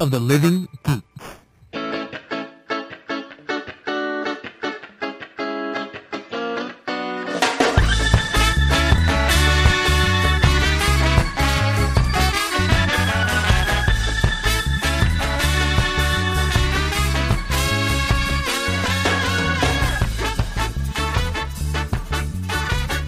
of the living geek.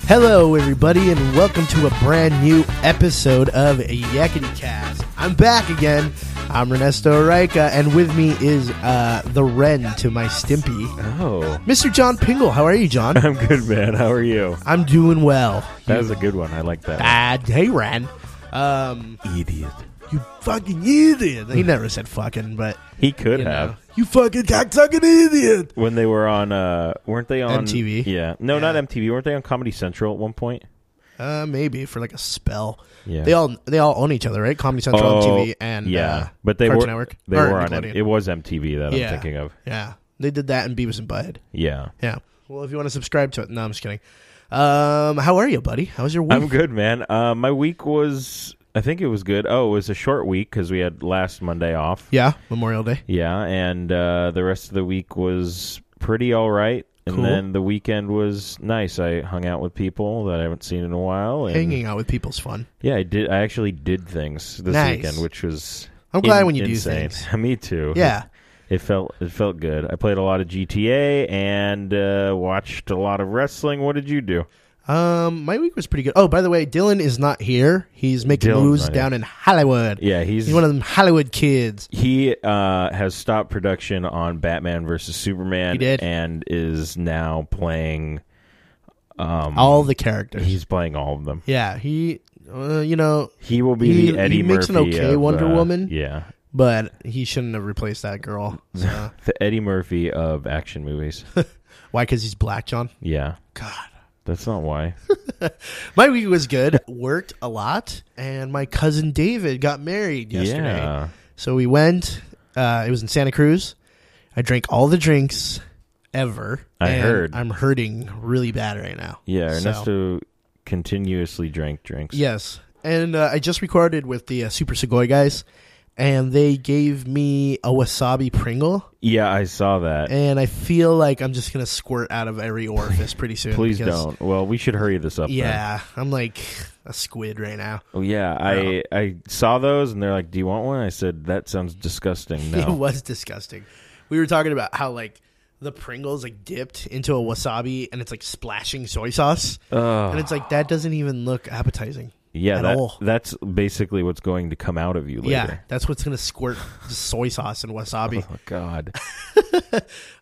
Hello, everybody, and welcome to a brand new episode of Yakety Cast. I'm back again. I'm Ernesto Rica, and with me is uh, the Wren to my Stimpy, Oh, Mr. John Pingle. How are you, John? I'm good, man. How are you? I'm doing well. That was a good one. I like that. Bad. Hey, Wren. Um, Idiot. you fucking idiot. He never said fucking, but He could you have know, you fucking cock sucking idiot. when they were on. uh Weren't they on MTV? Yeah. No, Yeah. not MTV. Weren't they on Comedy Central at one point? Uh, maybe for like a spell. Yeah. They all they all own each other, right? Comedy Central, Oh, MTV, and yeah, uh, but they Cartoon were Network. they Or were on M- Nickelodeon. it was MTV that Yeah. I'm thinking of. Yeah, they did that in Beavis and Butthead. Yeah, Yeah. Well, if you want to subscribe to it, no, I'm just kidding. Um, how are you, buddy? How was your week? I'm good, man. Uh, my week was, I think it was good. Oh, it was a short week because we had last Monday off. yeah, Memorial Day. Yeah, and uh, the rest of the week was pretty all right. And Cool. then the weekend was nice. I hung out with people that I haven't seen in a while. And Hanging out with people's fun. Yeah, I did. I actually did things this Nice. weekend, which was. I'm glad when you do insane. things. Me too. Yeah. It, it felt it felt good. I played a lot of GTA and uh, watched a lot of wrestling. What did you do? Um, my week was pretty good. Oh, by the way, Dylan is not here. He's making Dylan's moves not here. down in Hollywood. Yeah, he's, He's one of them Hollywood kids. he uh, has stopped production on Batman versus Superman He did. and is now playing. Um, All the characters. he's playing all of them. yeah, he. Uh, you know, He will be He- the he Eddie makes an Murphy. okay of, Wonder uh, Woman. Yeah, but he shouldn't have replaced that girl. So. the Eddie Murphy of action movies. Why? Because he's black, John. yeah, God. that's not why. My week was good. Worked a lot, and my cousin David got married yesterday. Yeah. So we went. Uh, it was in Santa Cruz. I drank all the drinks ever. I and heard. I'm hurting really bad right now. Yeah, So- Ernesto continuously drank drinks. Yes, and uh, I just recorded with the uh, Super Segoy guys, and they gave me a wasabi Pringle, Yeah, I saw that. and I feel like I'm just gonna squirt out of every orifice pretty soon. Please because- don't. Well, we should hurry this up. then. Yeah, I'm like a squid right now. Oh, yeah. Uh, I I saw those and they're like, "Do you want one?" I said, "That sounds disgusting." It No. was disgusting. We were talking about how like the Pringles like dipped into a wasabi and it's like splashing soy sauce. Ugh. And it's like that doesn't even look appetizing. yeah, at that, all. that's basically what's going to come out of you later. Yeah, that's what's gonna squirt the soy sauce and wasabi. Oh God.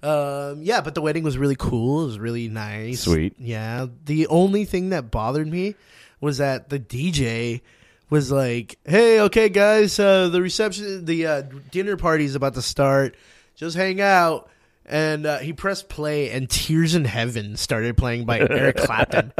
Um, yeah, but the wedding was really cool. It was really nice. Sweet. Yeah. The only thing that bothered me was that the DJ was like, "Hey, okay, guys, uh, the reception, the uh, dinner party's about to start. Just hang out." And uh, he pressed play, and "Tears in Heaven" started playing by Eric Clapton.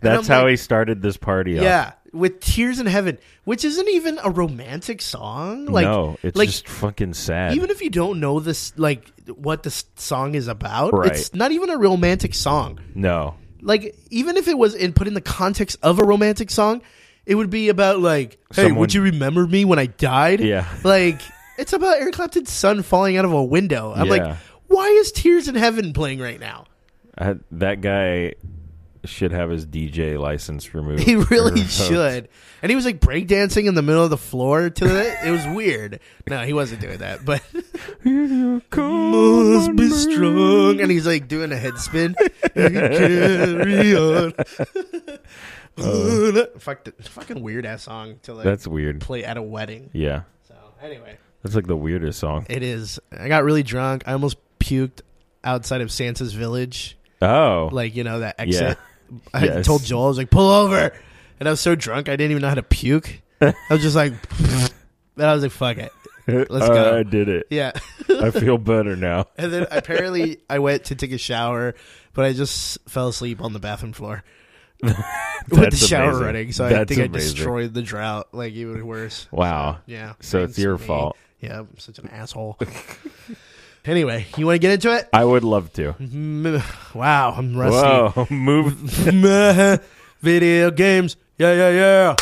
That's how like- he started this party. off. Yeah, with "Tears in Heaven," which isn't even a romantic song. Like, no, it's like, just fucking sad. even if you don't know this like what this song is about Right. it's not even a romantic song no. like even if it was in put in the context of a romantic song it would be about like hey Someone- would you remember me when i died Yeah. like it's about eric clapton's son falling out of a window i'm Yeah. like why is tears in heaven playing right now I, that guy should have his DJ license removed. he really Or- should and he was like breakdancing in the middle of the floor to it it was weird no he wasn't doing that but must be strong. And he's like doing a head spin. Carry on. Fuck the fucking weird ass song to like That's weird. play at a wedding. Yeah. So anyway, That's like the weirdest song. it is. I got really drunk. I almost puked outside of Santa's village. Oh. Like you know that exit. I Yes. told Joel I was like pull over, and I was so drunk I didn't even know how to puke. I was just like, and I was like fuck it. Let's go. I did it. Yeah. I feel better now. And then apparently I went to take a shower, but I just fell asleep on the bathroom floor with the That's shower amazing. running. So I That's think I amazing. destroyed the drought, like even worse. Wow. Yeah. So it's Thanks your to me. fault. Yeah, I'm such an asshole. anyway, you want to get into it? I would love to. Mm, Wow, I'm rusty. Whoa. Move. Video games. Yeah, yeah, yeah.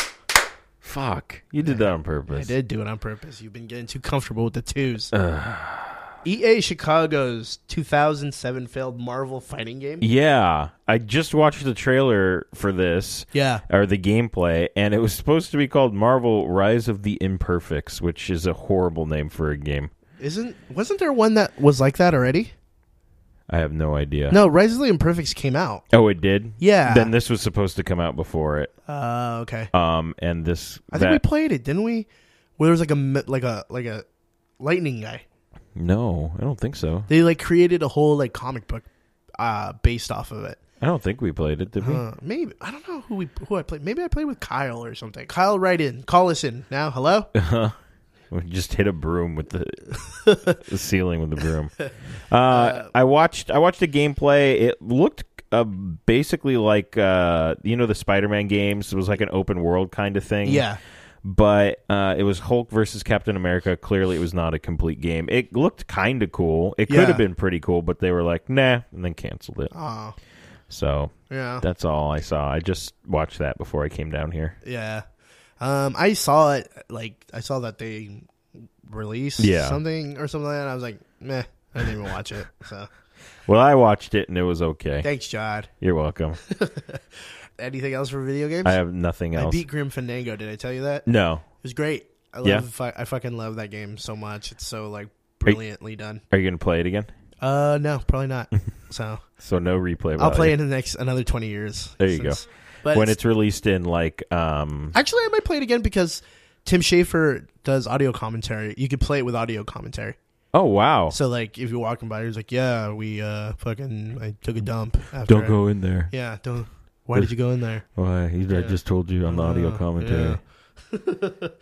Fuck. You did that on I purpose. did do it on purpose. You've been getting too comfortable with the twos. EA Chicago's 2007 failed Marvel fighting game. Yeah. I just watched the trailer for this. Yeah. Or the gameplay, and it was supposed to be called Marvel Rise of the Imperfects, which is a horrible name for a game. Isn't wasn't there one that was like that already? I have no idea. No, Rise of the Imperfects came out. Oh, it did? Yeah. Then this was supposed to come out before it. Uh, okay. Um, and this I think that we played it, didn't we? Where there was like a mi- like a like a lightning guy. no, I don't think so. They like created a whole like comic book uh based off of it. I don't think we played it, did we? Uh, maybe I don't know who we who I played. Maybe I played with Kyle or something. Kyle, write in. Call us in now. Hello. We just hit a broom with the, the ceiling with the broom. Uh, I watched I watched a gameplay. It looked uh, basically like uh, you know the Spider-Man games. It was like an open world kind of thing. yeah. but uh, it was Hulk versus Captain America. Clearly, it was not a complete game. It looked kind of cool. It Yeah. could have been pretty cool, but they were like, nah, and then canceled it. Oh. So Yeah. that's all I saw. I just watched that before I came down here. Yeah. Um, I saw it like I saw that they released Yeah. something or something like that. And I was like, meh. I didn't even watch it. So Well, I watched it and it was okay. thanks, John. You're welcome. Anything else for video games? I have nothing I else. beat Grim Fandango. Did I tell you that? It no. was great. I love. Yeah. fu- I fucking love that game so much. It's so like brilliantly done. Are you going to play it again? Uh, no, probably not. so So no replay. I'll value. play it in the next another twenty years. There you go. since- But when it's- it's released in like um Actually, I might play it again because Tim Schafer does audio commentary. You could play it with audio commentary. oh wow So like, if you're walking by, he's like, "Yeah, we uh fucking I took a dump." After don't go in there Yeah, don't. Why did you go in there? why I Oh, just told you on the audio Uh, commentary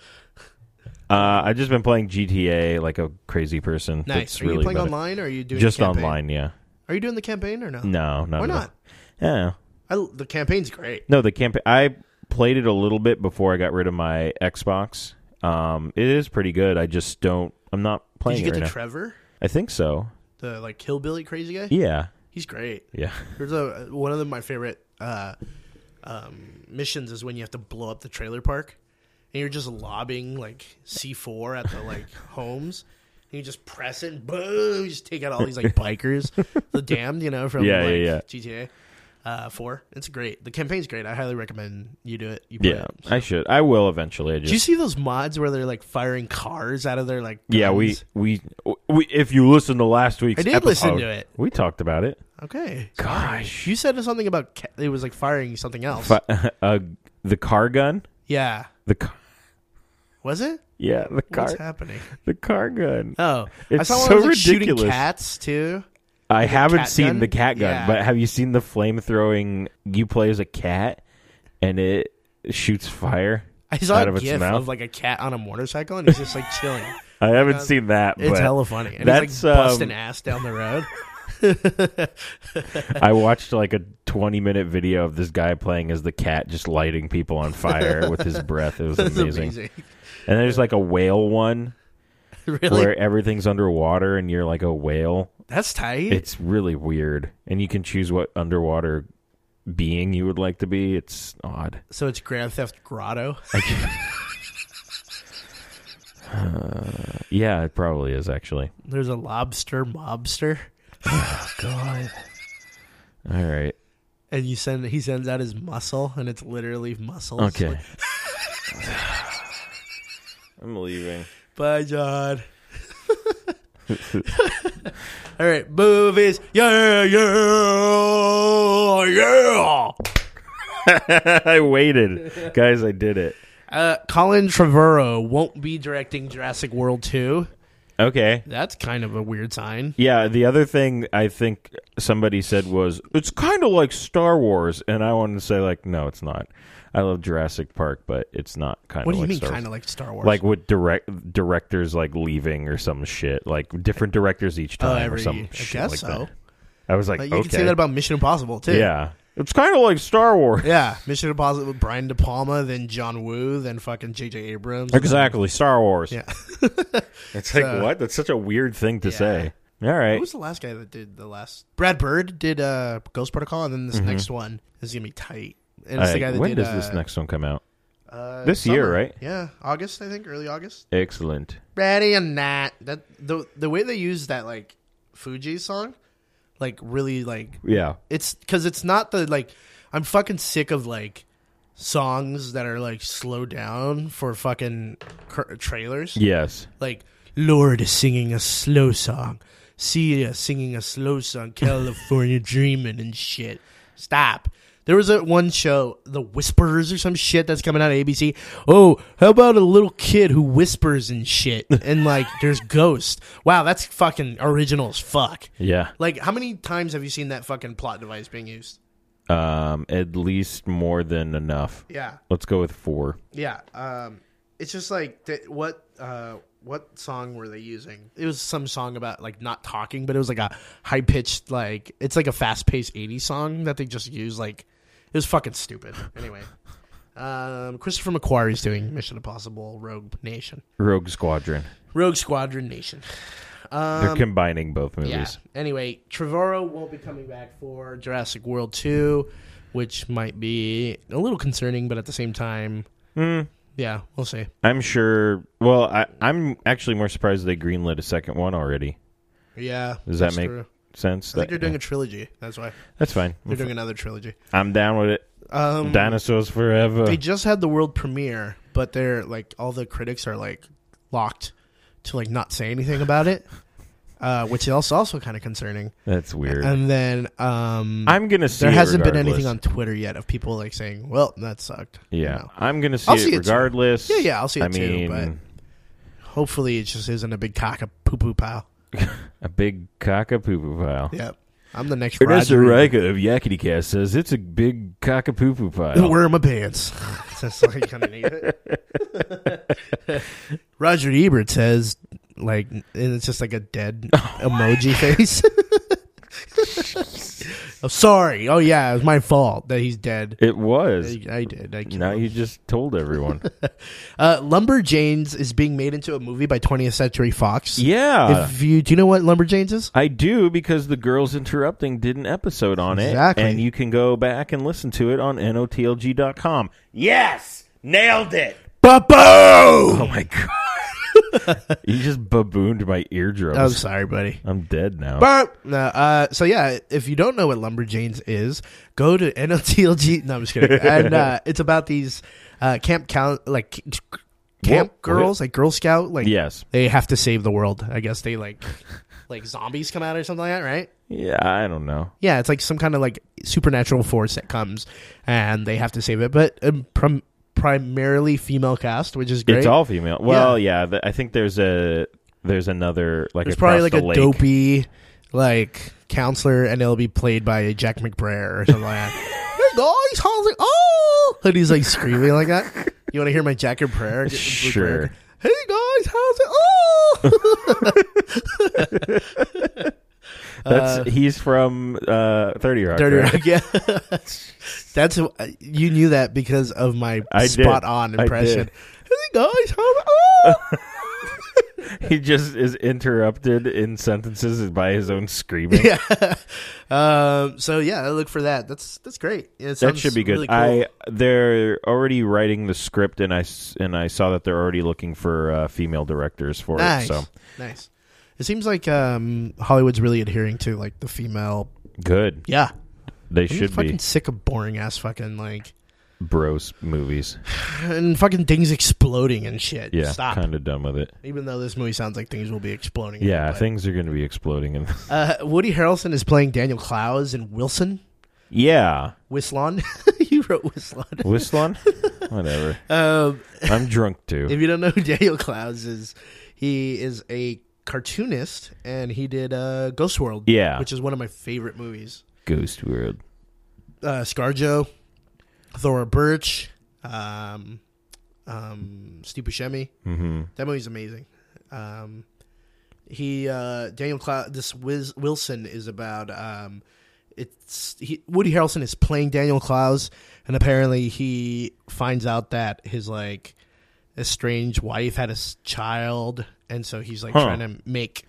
uh I've just been playing GTA like a crazy person Nice. That's are you really playing been it. online or are you doing just the campaign? online yeah Are you doing the campaign or no? no not Why at all. not? yeah I, the campaign's great. no the campaign I played it a little bit before I got rid of my Xbox um it is pretty good I just don't I'm not Did playing you get it right the now Trevor, I think so the like hillbilly crazy guy? yeah He's great. yeah There's a one of the, my favorite uh, um, missions is when you have to blow up the trailer park, and you're just lobbing like C4 at the like homes. And you just press it, and boom! You just take out all these like bikers, the damned, you know, from Yeah, like, yeah, GTA uh, Four. It's great. The campaign's great. I highly recommend you do it. You play yeah it. I should I will eventually I Do just you see those mods where they're like firing cars out of their like? Yeah, we, guns? we we if you listen to last week's, I did episode, listen to it. We talked about it. Okay, Gosh, you said something about ca- it was like firing something else. uh, the car gun, yeah, the car, was it? yeah, the What's car, happening? the car gun. Oh, I It's saw one so that was, like, Shooting ridiculous. cats too. I haven't cat seen gun? the cat gun, Yeah. but have you seen the flame throwing? You play as a cat, and it shoots fire. I saw Out a of its gif mouth? of like a cat on a motorcycle and he's just like chilling. I haven't seen that, It's but hella funny. And that's, he's like busting um, ass down the road. I watched like a twenty-minute video of this guy playing as the cat, just lighting people on fire with his breath. It was That's amazing. amazing. And there's like a whale one Really, where everything's underwater and you're like a whale. that's tight. It's really weird, and you can choose what underwater being you would like to be. It's odd. so it's Grand Theft Grotto. Yeah, it probably is actually. There's a lobster mobster, God. All right. and you send he sends out his muscle, and it's literally muscles. Okay. I'm leaving. Bye, John. All right, movies. Yeah, yeah, yeah. I waited, guys. I did it. Uh, Colin Trevorrow won't be directing Jurassic World 2. Okay. That's kind of a weird sign. Yeah, the other thing I think somebody said was it's kind of like Star Wars, and I wanted to say like, no, it's not. I love Jurassic Park, but it's not kind What of do you mean, like Star Wars. kind of like Star Wars? like with direct directors like leaving or some shit, like different directors each oh, time or every, some I shit guess like so. that. I was like, Like, you okay, can say that about Mission Impossible too. yeah, it's kind of like Star Wars. yeah. Mission Impossible with Brian De Palma, then John Woo, then fucking J.J. Abrams. Exactly, Star Wars. Yeah. It's like what? That's such a weird thing to say. All right, Who was the last guy that did the last? Brad Bird did uh, Ghost Protocol, and then this next one is gonna be tight. And it's the All right, guy that Mm-hmm. when did does uh, this next one come out? Uh, This year, right? Yeah, August, I think, early August. Excellent. Ready or not, that the the way they use that like Fuji song, like really like Yeah. it's because it's not the like I'm fucking sick of like songs that are like slow down for fucking cur- trailers. Yes. Like Lord is singing a slow song, Sia singing a slow song, California Dreamin' and shit. Stop. There was a one show, The Whispers or some shit that's coming out of ABC. Oh, how about a little kid who whispers and shit and like there's ghosts. Wow, that's fucking original as fuck. Yeah. Like, how many times have you seen that fucking plot device being used? Um, at least more than enough. Yeah, Let's go with four. yeah. Um, it's just like th- what uh, what song were they using? It was some song about like not talking, but it was like a high pitched like it's like a fast paced '80s song that they just used. Like, it was fucking stupid. Anyway, um, Christopher McQuarrie's doing Mission Impossible: Rogue Nation, Rogue Squadron. Rogue Squadron Nation. They're Um, combining both movies. Yeah. Anyway, Trevorrow won't be coming back for Jurassic World 2, which might be a little concerning, but at the same time, yeah, we'll see. I'm sure. Well, I, I'm actually more surprised they greenlit a second one already. Yeah. Does that that's make true. sense? I think That- Mm-hmm. they're doing a trilogy. That's why. That's fine. They're doing another trilogy. I'm down with it. Um, Dinosaurs forever. they just had the world premiere, but they're like, all the critics are like locked to like not say anything about it. Uh, which is also, also kind of concerning. That's weird. And then um, I'm gonna see. there it hasn't been regardless. anything on Twitter yet of people like saying, "Well, that sucked." you Yeah, know. I'm gonna see I'll it see it too. regardless. Yeah, yeah, I'll see I it too, mean, Hopefully, it just isn't a big cock of poo poo pile. a big cockapoo pile. Yep. I'm the next Ernesto Roger Rica of Yakety Cast says it's a big cockapoo Ebert. pile. Wear my pants. That's like underneath it. Roger Ebert says, like, and it's just like a dead emoji face. I'm sorry. Oh yeah, it was my fault that he's dead. It was. I, I did. I killed Now him. you just told everyone. Uh, Lumberjanes is being made into a movie by 20th Century Fox. yeah. If you do you know what Lumberjanes is? I do because the girls interrupting did an episode on it, Exactly. and you can go back and listen to it on notlg.com. Yes, nailed it. Babo. Oh my god, you just babooned my eardrums. I'm sorry, buddy. I'm dead now. Burp. No, uh, so yeah, if you don't know what Lumberjanes is, go to NLTLG. No, I'm just kidding. and uh, it's about these uh, camp cal- like c- c- camp What? girls, like Girl Scout, like yes. they have to save the world. I guess they like like zombies come out or something like that, right? Yeah, I don't know. Yeah, it's like some kind of like supernatural force that comes and they have to save it, but um, prim- primarily female cast, which is great. It's all female. Well, yeah, th- I think there's a there's another like There's probably across like the a lake. dopey like counselor, and it'll be played by Jack McBrayer or something like that. Hey guys, how's it? Oh, and he's like screaming like that. You want to hear my Jack McBrayer? Sure. Hey guys, how's it? Oh, uh, That's he's from uh, Thirty Rock. Dirty right? Rock. Yeah, that's uh, you knew that because of my I did. spot on I impression. did. Hey guys, how's it? Oh, He just is interrupted in sentences by his own screaming. yeah. Um, so yeah, I look for that. That's that's great. Yeah, it That sounds should be good. really cool. I they're already writing the script, and I s- and I saw that they're already looking for uh, female directors for Nice. it. So Nice. It seems like um, Hollywood's really adhering to like the female. good. Yeah, They I'm should fucking be sick of boring ass fucking like bros movies. and fucking things exploding and shit. Yeah, stop. kind of done with it. Even though this movie sounds like things will be exploding. in Yeah, it, but- things are going to be exploding. And Uh, Woody Harrelson is playing Daniel Clowes in Wilson. yeah, Wislon. you wrote Wislon. Whistlan, whatever. Um, I'm drunk too. if you don't know who Daniel Clowes is, he is a cartoonist and he did uh, Ghost World. Yeah. which is one of my favorite movies. Ghost World. uh, ScarJo, Thora Birch, um, um, Steve Buscemi. Mm-hmm. That movie's amazing. Um, he uh, Daniel Clow- this Wiz- Wilson is about um, it's he, Woody Harrelson is playing Daniel Clowes, and apparently he finds out that his like estranged wife had a s- child, and so he's like Huh. trying to make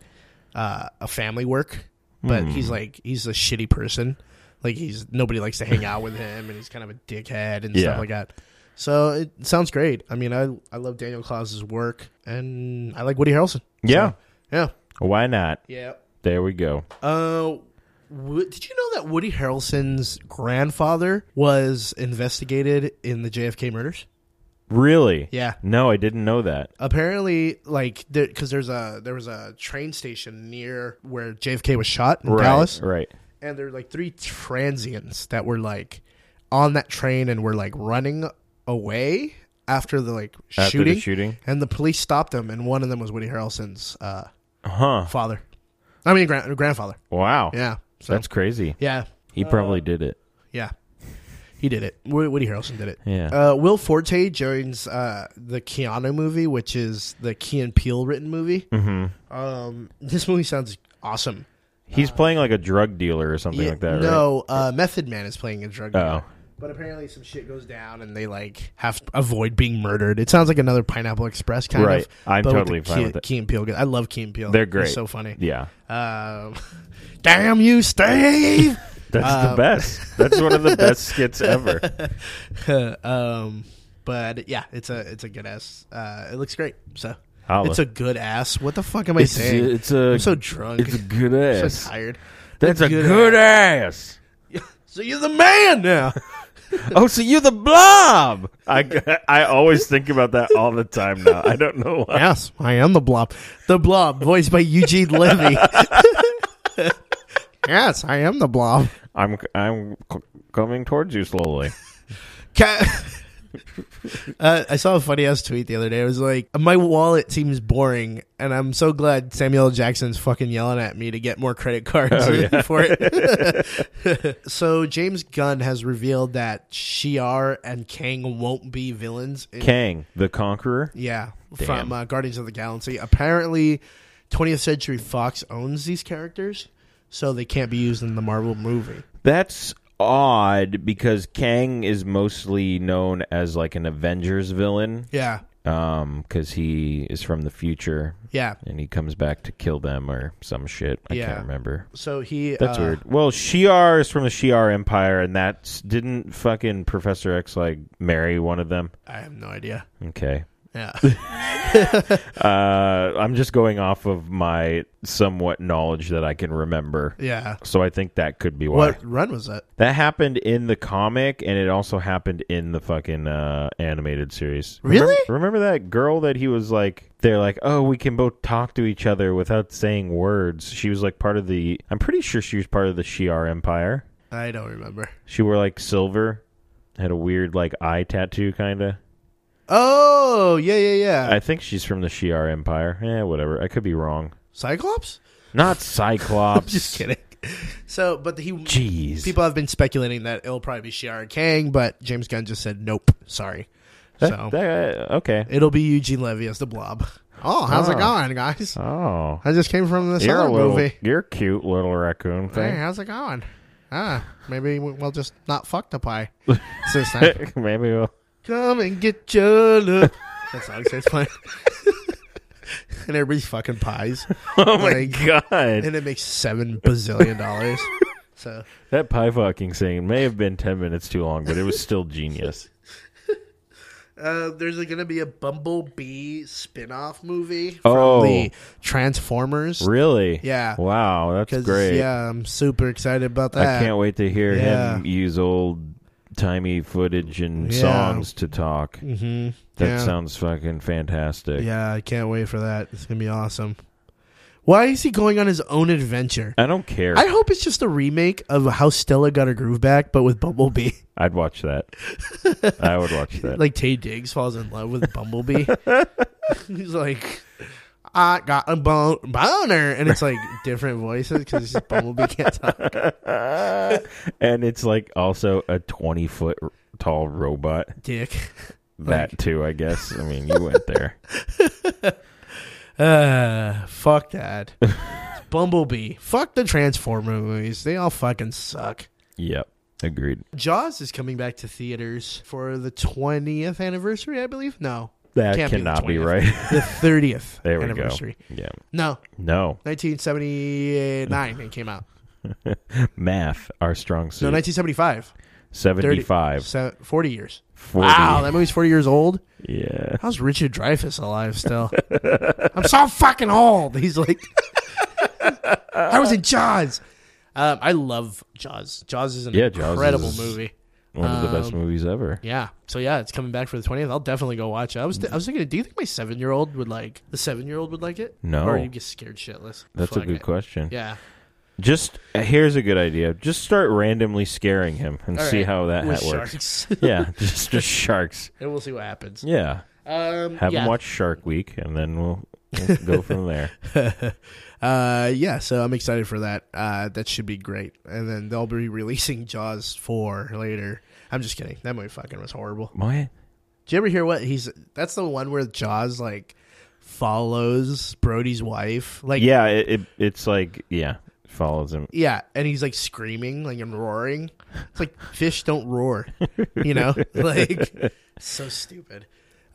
uh, a family work, but Hmm. he's like he's a shitty person. Like he's nobody likes to hang out with him, and he's kind of a dickhead and Yeah. stuff like that. So it sounds great. I mean, I I love Daniel Klaus's work, and I like Woody Harrelson. Yeah. Yeah, Why not? yeah. There we go. Uh, w- did you know that Woody Harrelson's grandfather was investigated in the JFK murders? Really? Yeah. No, I didn't know that. Apparently, like, because there's a there was a train station near where JFK was shot in Right. Dallas, Right. and there were like three transients that were like on that train and were like running away after the like After shooting. the shooting. and the police stopped them, and one of them was Woody Harrelson's uh, Huh. father. I mean, gran- grandfather. Wow. Yeah. So Uh, That's crazy. yeah, He probably did it. yeah. He did it. Wo- Woody Harrelson did it. Yeah. Uh, Will Forte joins uh, the Keanu movie, which is the Key and Peele written movie. Mm-hmm. Um, this movie sounds awesome. He's playing like a drug dealer or something Yeah, like that, right? no, uh, Method Man is playing a drug dealer. Oh. But apparently, some shit goes down, and they like have to avoid being murdered. It sounds like another Pineapple Express kind Right. of. I'm but with totally the fine Key, with it. Key and Peele, guy. I love Key and Peele. They're great. He's so funny. Yeah. Um, damn you, Steve. That's the best. That's one of the best skits ever. um, but yeah, it's a it's a good ass. Uh, it looks great. So Holla. it's a good ass. What the fuck am I saying? it's a I'm so drunk. it's a good I'm ass. so tired. That's a good good, ass. So you're the man now. Oh, so you're the blob. I, I always think about that all the time now. I don't know why. yes, I am the blob. The blob, voiced by Eugene Levy. yes, I am the blob. I'm I'm c- coming towards you slowly. Ca- uh, I saw a funny ass tweet the other day. It was like, "My wallet seems boring, and I'm so glad Samuel L. Jackson's fucking yelling at me to get more credit cards for it." so James Gunn has revealed that Shi'ar and Kang won't be villains. In- Kang the Conqueror. yeah, Damn. from uh, Guardians of the Galaxy. Apparently, 20th Century Fox owns these characters, so they can't be used in the Marvel movie. That's odd because Kang is mostly known as like an Avengers villain Yeah, um cuz he is from the future yeah. and he comes back to kill them or some shit. I Yeah. can't remember. So he That's uh, weird. Well, Shi'ar is from the Shi'ar Empire, and that's didn't fucking Professor X like marry one of them. I have no idea. Okay, Yeah. uh, I'm just going off of my somewhat knowledge that I can remember. Yeah. So I think that could be why What run was that? that happened in the comic, and it also happened in the fucking uh, animated series. Really? Remember, remember that girl that he was like? They're like, oh, we can both talk to each other without saying words. She was like part of the. I'm pretty sure she was part of the Shi'ar Empire. I don't remember. She wore like silver, had a weird like eye tattoo, kind of. Oh, yeah, yeah, yeah. I think she's from the Shi'ar Empire. Eh, whatever. I could be wrong. Cyclops? Not Cyclops. Just kidding. So, but he Jeez, people have been speculating that it'll probably be Shi'ar and Kang, but James Gunn just said nope, sorry. That- so that- okay. it'll be Eugene Levy as the Blob. Oh, how's it Oh. going, guys? Oh, I just came from this you're other a little, movie. you're a cute little raccoon Hey, thing. how's it going? Ah, maybe we- we'll just not fuck the pie this time. Maybe we'll. Come and get your look. That song starts playing. and everybody's fucking pies. Oh my Like- god, and it makes seven bazillion dollars. So that pie fucking scene may have been ten minutes too long, but it was still genius. uh, there's going to be a Bumblebee spin-off movie from Oh. the Transformers. Really? Yeah. Wow, that's 'Cause, great. Yeah, I'm super excited about I that. can't wait to hear Yeah. him use old timey footage and Yeah. songs to talk. Mm-hmm. That yeah. sounds fucking fantastic. yeah, I can't wait for that. It's going to be awesome. Why is he going on his own adventure? I don't care. I hope it's just a remake of How Stella Got Her Groove Back, but with Bumblebee. I'd watch that. I would watch that. like Tay Diggs falls in love with Bumblebee. He's like, I got a bon- boner, and it's like different voices because Bumblebee can't talk. and it's like also a 20 foot r- tall robot. Dick. That too, I guess. I mean, you went there. Uh, fuck that. Bumblebee. Fuck the Transformer movies. They all fucking suck. Yep. Agreed. Jaws is coming back to theaters for the 20th anniversary, I believe. No, That Can't be the cannot be, 20th. right. the 30th there we go. anniversary. Yeah. No, No. 1979 it came out. Math, our strong No, suit. 1975. seventy five. Se- 40 years. 40. Wow, that movie's 40 years old. yeah. How's Richard Dreyfuss alive still? I'm so fucking old. He's like, I was in Jaws. Um, I love Jaws. Jaws is an Yeah, Jaws incredible is- movie. One of the best Um, movies ever. Yeah. So yeah, it's coming back for the twentieth. I'll definitely go watch it. I was I was thinking, do you think my seven year old would like the seven year old would like it? No. Or you get scared shitless. That's Fuck a good it. question. Yeah. Just uh, here's a good idea. Just start randomly scaring him and All see right. how that, With hat works. sharks. yeah, just just sharks. and we'll see what happens. Yeah, Um, have yeah. him watch Shark Week, and then we'll, we'll go from there. Uh, yeah. So I'm excited for that. Uh, that should be great. And then they'll be releasing Jaws four later. I'm just kidding. That movie fucking was horrible. What? Did you ever hear what he's? That's the one where Jaws like follows Brody's wife. Like Yeah, it, it it's like yeah, follows him. Yeah, and he's like screaming, like and roaring. It's like fish don't roar, you know. Like so stupid.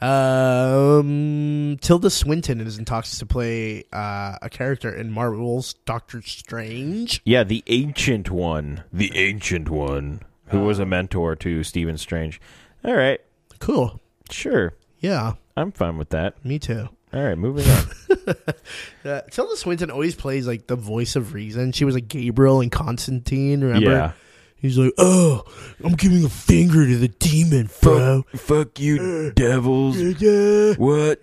Um, Tilda Swinton is in talks to play uh, a character in Marvel's Doctor Strange. Yeah, the ancient one, the ancient one, who was Oh. a mentor to Stephen Strange. All right, Cool. sure, Yeah, I'm fine with that. me too. All right, moving on. Uh, Tilda Swinton always plays like the voice of reason. She was like Gabriel and Constantine. Remember? Yeah. He's like, oh, I'm giving a finger to the demon, bro. fuck uh, you, devils. What?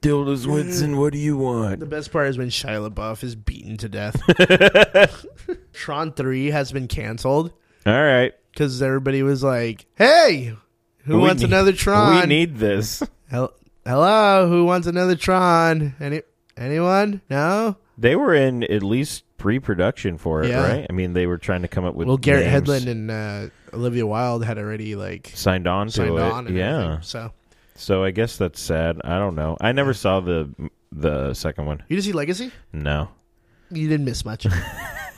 Dilda uh. Swinson, what do you want? The best part is when Shia LaBeouf is beaten to death. Tron 3 has been canceled All right. because everybody was like, hey, who We wants need- another Tron? We need this. Hel- Hello, who wants another Tron? Any- anyone? No? They were in at least pre production for it, Yeah. right? I mean, they were trying to come up with. Well, Garrett names Hedlund and uh, Olivia Wilde had already like signed on to signed it. on. And yeah. everything, so So I guess that's sad. I don't know. I never saw the the second one. you did see Legacy? No. You didn't miss much.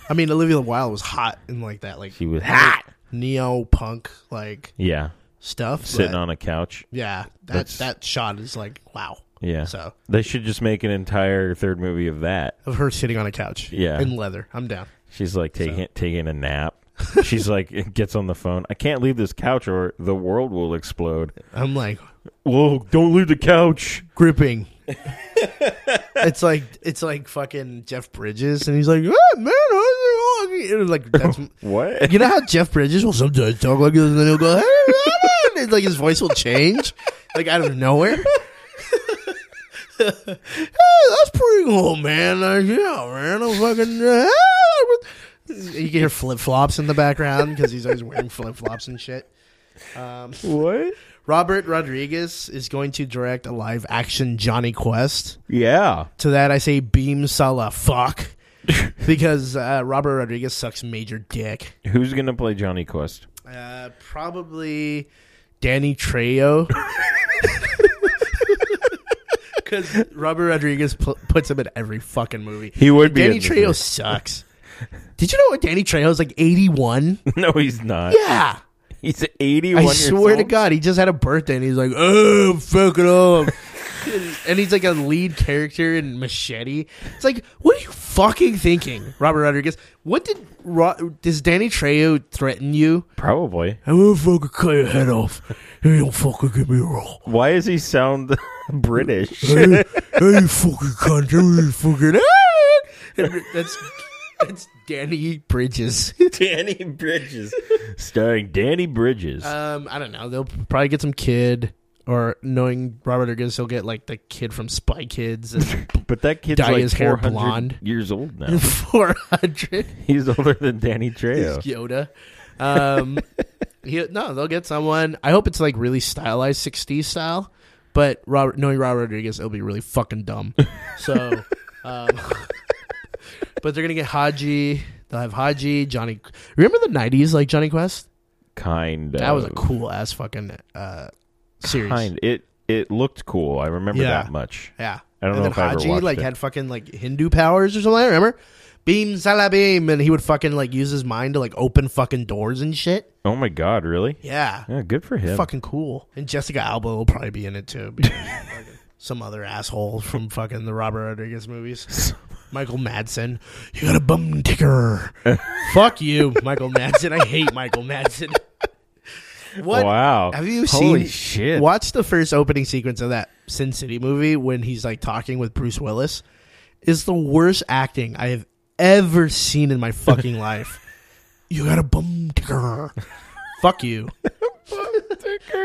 I mean, Olivia Wilde was hot in like that, like She was hot. neo punk like Yeah. stuff. Sitting but- on a couch. Yeah, that That's- that shot is like wow. Yeah. So They should just make an entire third movie of that. of her sitting on a couch. Yeah. in leather. I'm down. She's like taking taking a nap. She's like gets on the phone. I can't leave this couch or the world will explode. I'm like Whoa, don't leave the couch. gripping. it's like it's like fucking Jeff Bridges, and he's like, "Ah, man, how's it going?" And like that's What? you know how Jeff Bridges will sometimes talk like this, and then he'll go, "Hey, man," and like his voice will change, like out of nowhere. hey, that's pretty cool, man. Like, yeah, man, I'm fucking. uh, you can hear flip flops in the background because he's always wearing flip flops and shit. What? Robert Rodriguez is going to direct a live action Johnny Quest. Yeah. To that, I say beam sala fuck because uh, Robert Rodriguez sucks major dick. Who's gonna play Johnny Quest? Uh, probably Danny Trejo. Because Robert Rodriguez pl- puts him in every fucking movie. He would be Danny in this Trejo movie. sucks. Did you know what Danny Trejo's like 81? No, he's not. Yeah. He's eighty one. I swear to God, he just had a birthday and he's like, oh, fuck it up. and, and he's like a lead character in Machete. It's like, what are you fucking thinking, Robert Rodriguez? What did. Ro- does Danny Trejo threaten you? Probably. I'm gonna fucking cut your head off. You don't fucking give me a roll. Why does he sound British? Hey, hey, fucking cunt. Hey, fucking. And that's that's Danny Bridges. Danny Bridges, starring Danny Bridges. um, I don't know. They'll probably get some kid, or knowing Robert Rodriguez, he'll get like the kid from Spy Kids. And but that kid's dye like his hair four hundred blonde. years old now. 400 he's older than Danny is Trejo. Yoda. Um, he- no, they'll get someone. I hope it's like really stylized 60s style, but Robert, knowing Robert Rodriguez, it'll be really fucking dumb. So, um, but they're gonna get Haji. They'll have Haji, Johnny. Remember the 90s, like Johnny Quest? Kind of. That was a cool ass fucking uh, series. Oh. Kind. It it looked cool. I remember Yeah. that much. Yeah. I don't and know then if I ever Haji watched like it. had fucking like Hindu powers or something. I remember beam salabeam, and he would fucking like use his mind to like open fucking doors and shit. Oh my god, really? Yeah, Yeah, good for him. fucking cool. And Jessica Alba will probably be in it too. because fucking Some other asshole from fucking the Robert Rodriguez movies. Michael Madsen, you got a bum ticker. Fuck you, Michael Madsen. I hate Michael Madsen. Oh, What Wow. have you seen? Holy shit. Watch the first opening sequence of that Sin City movie when he's like talking with Bruce Willis. Is the worst acting I have ever seen in my fucking life. You got a bum ticker. Fuck you.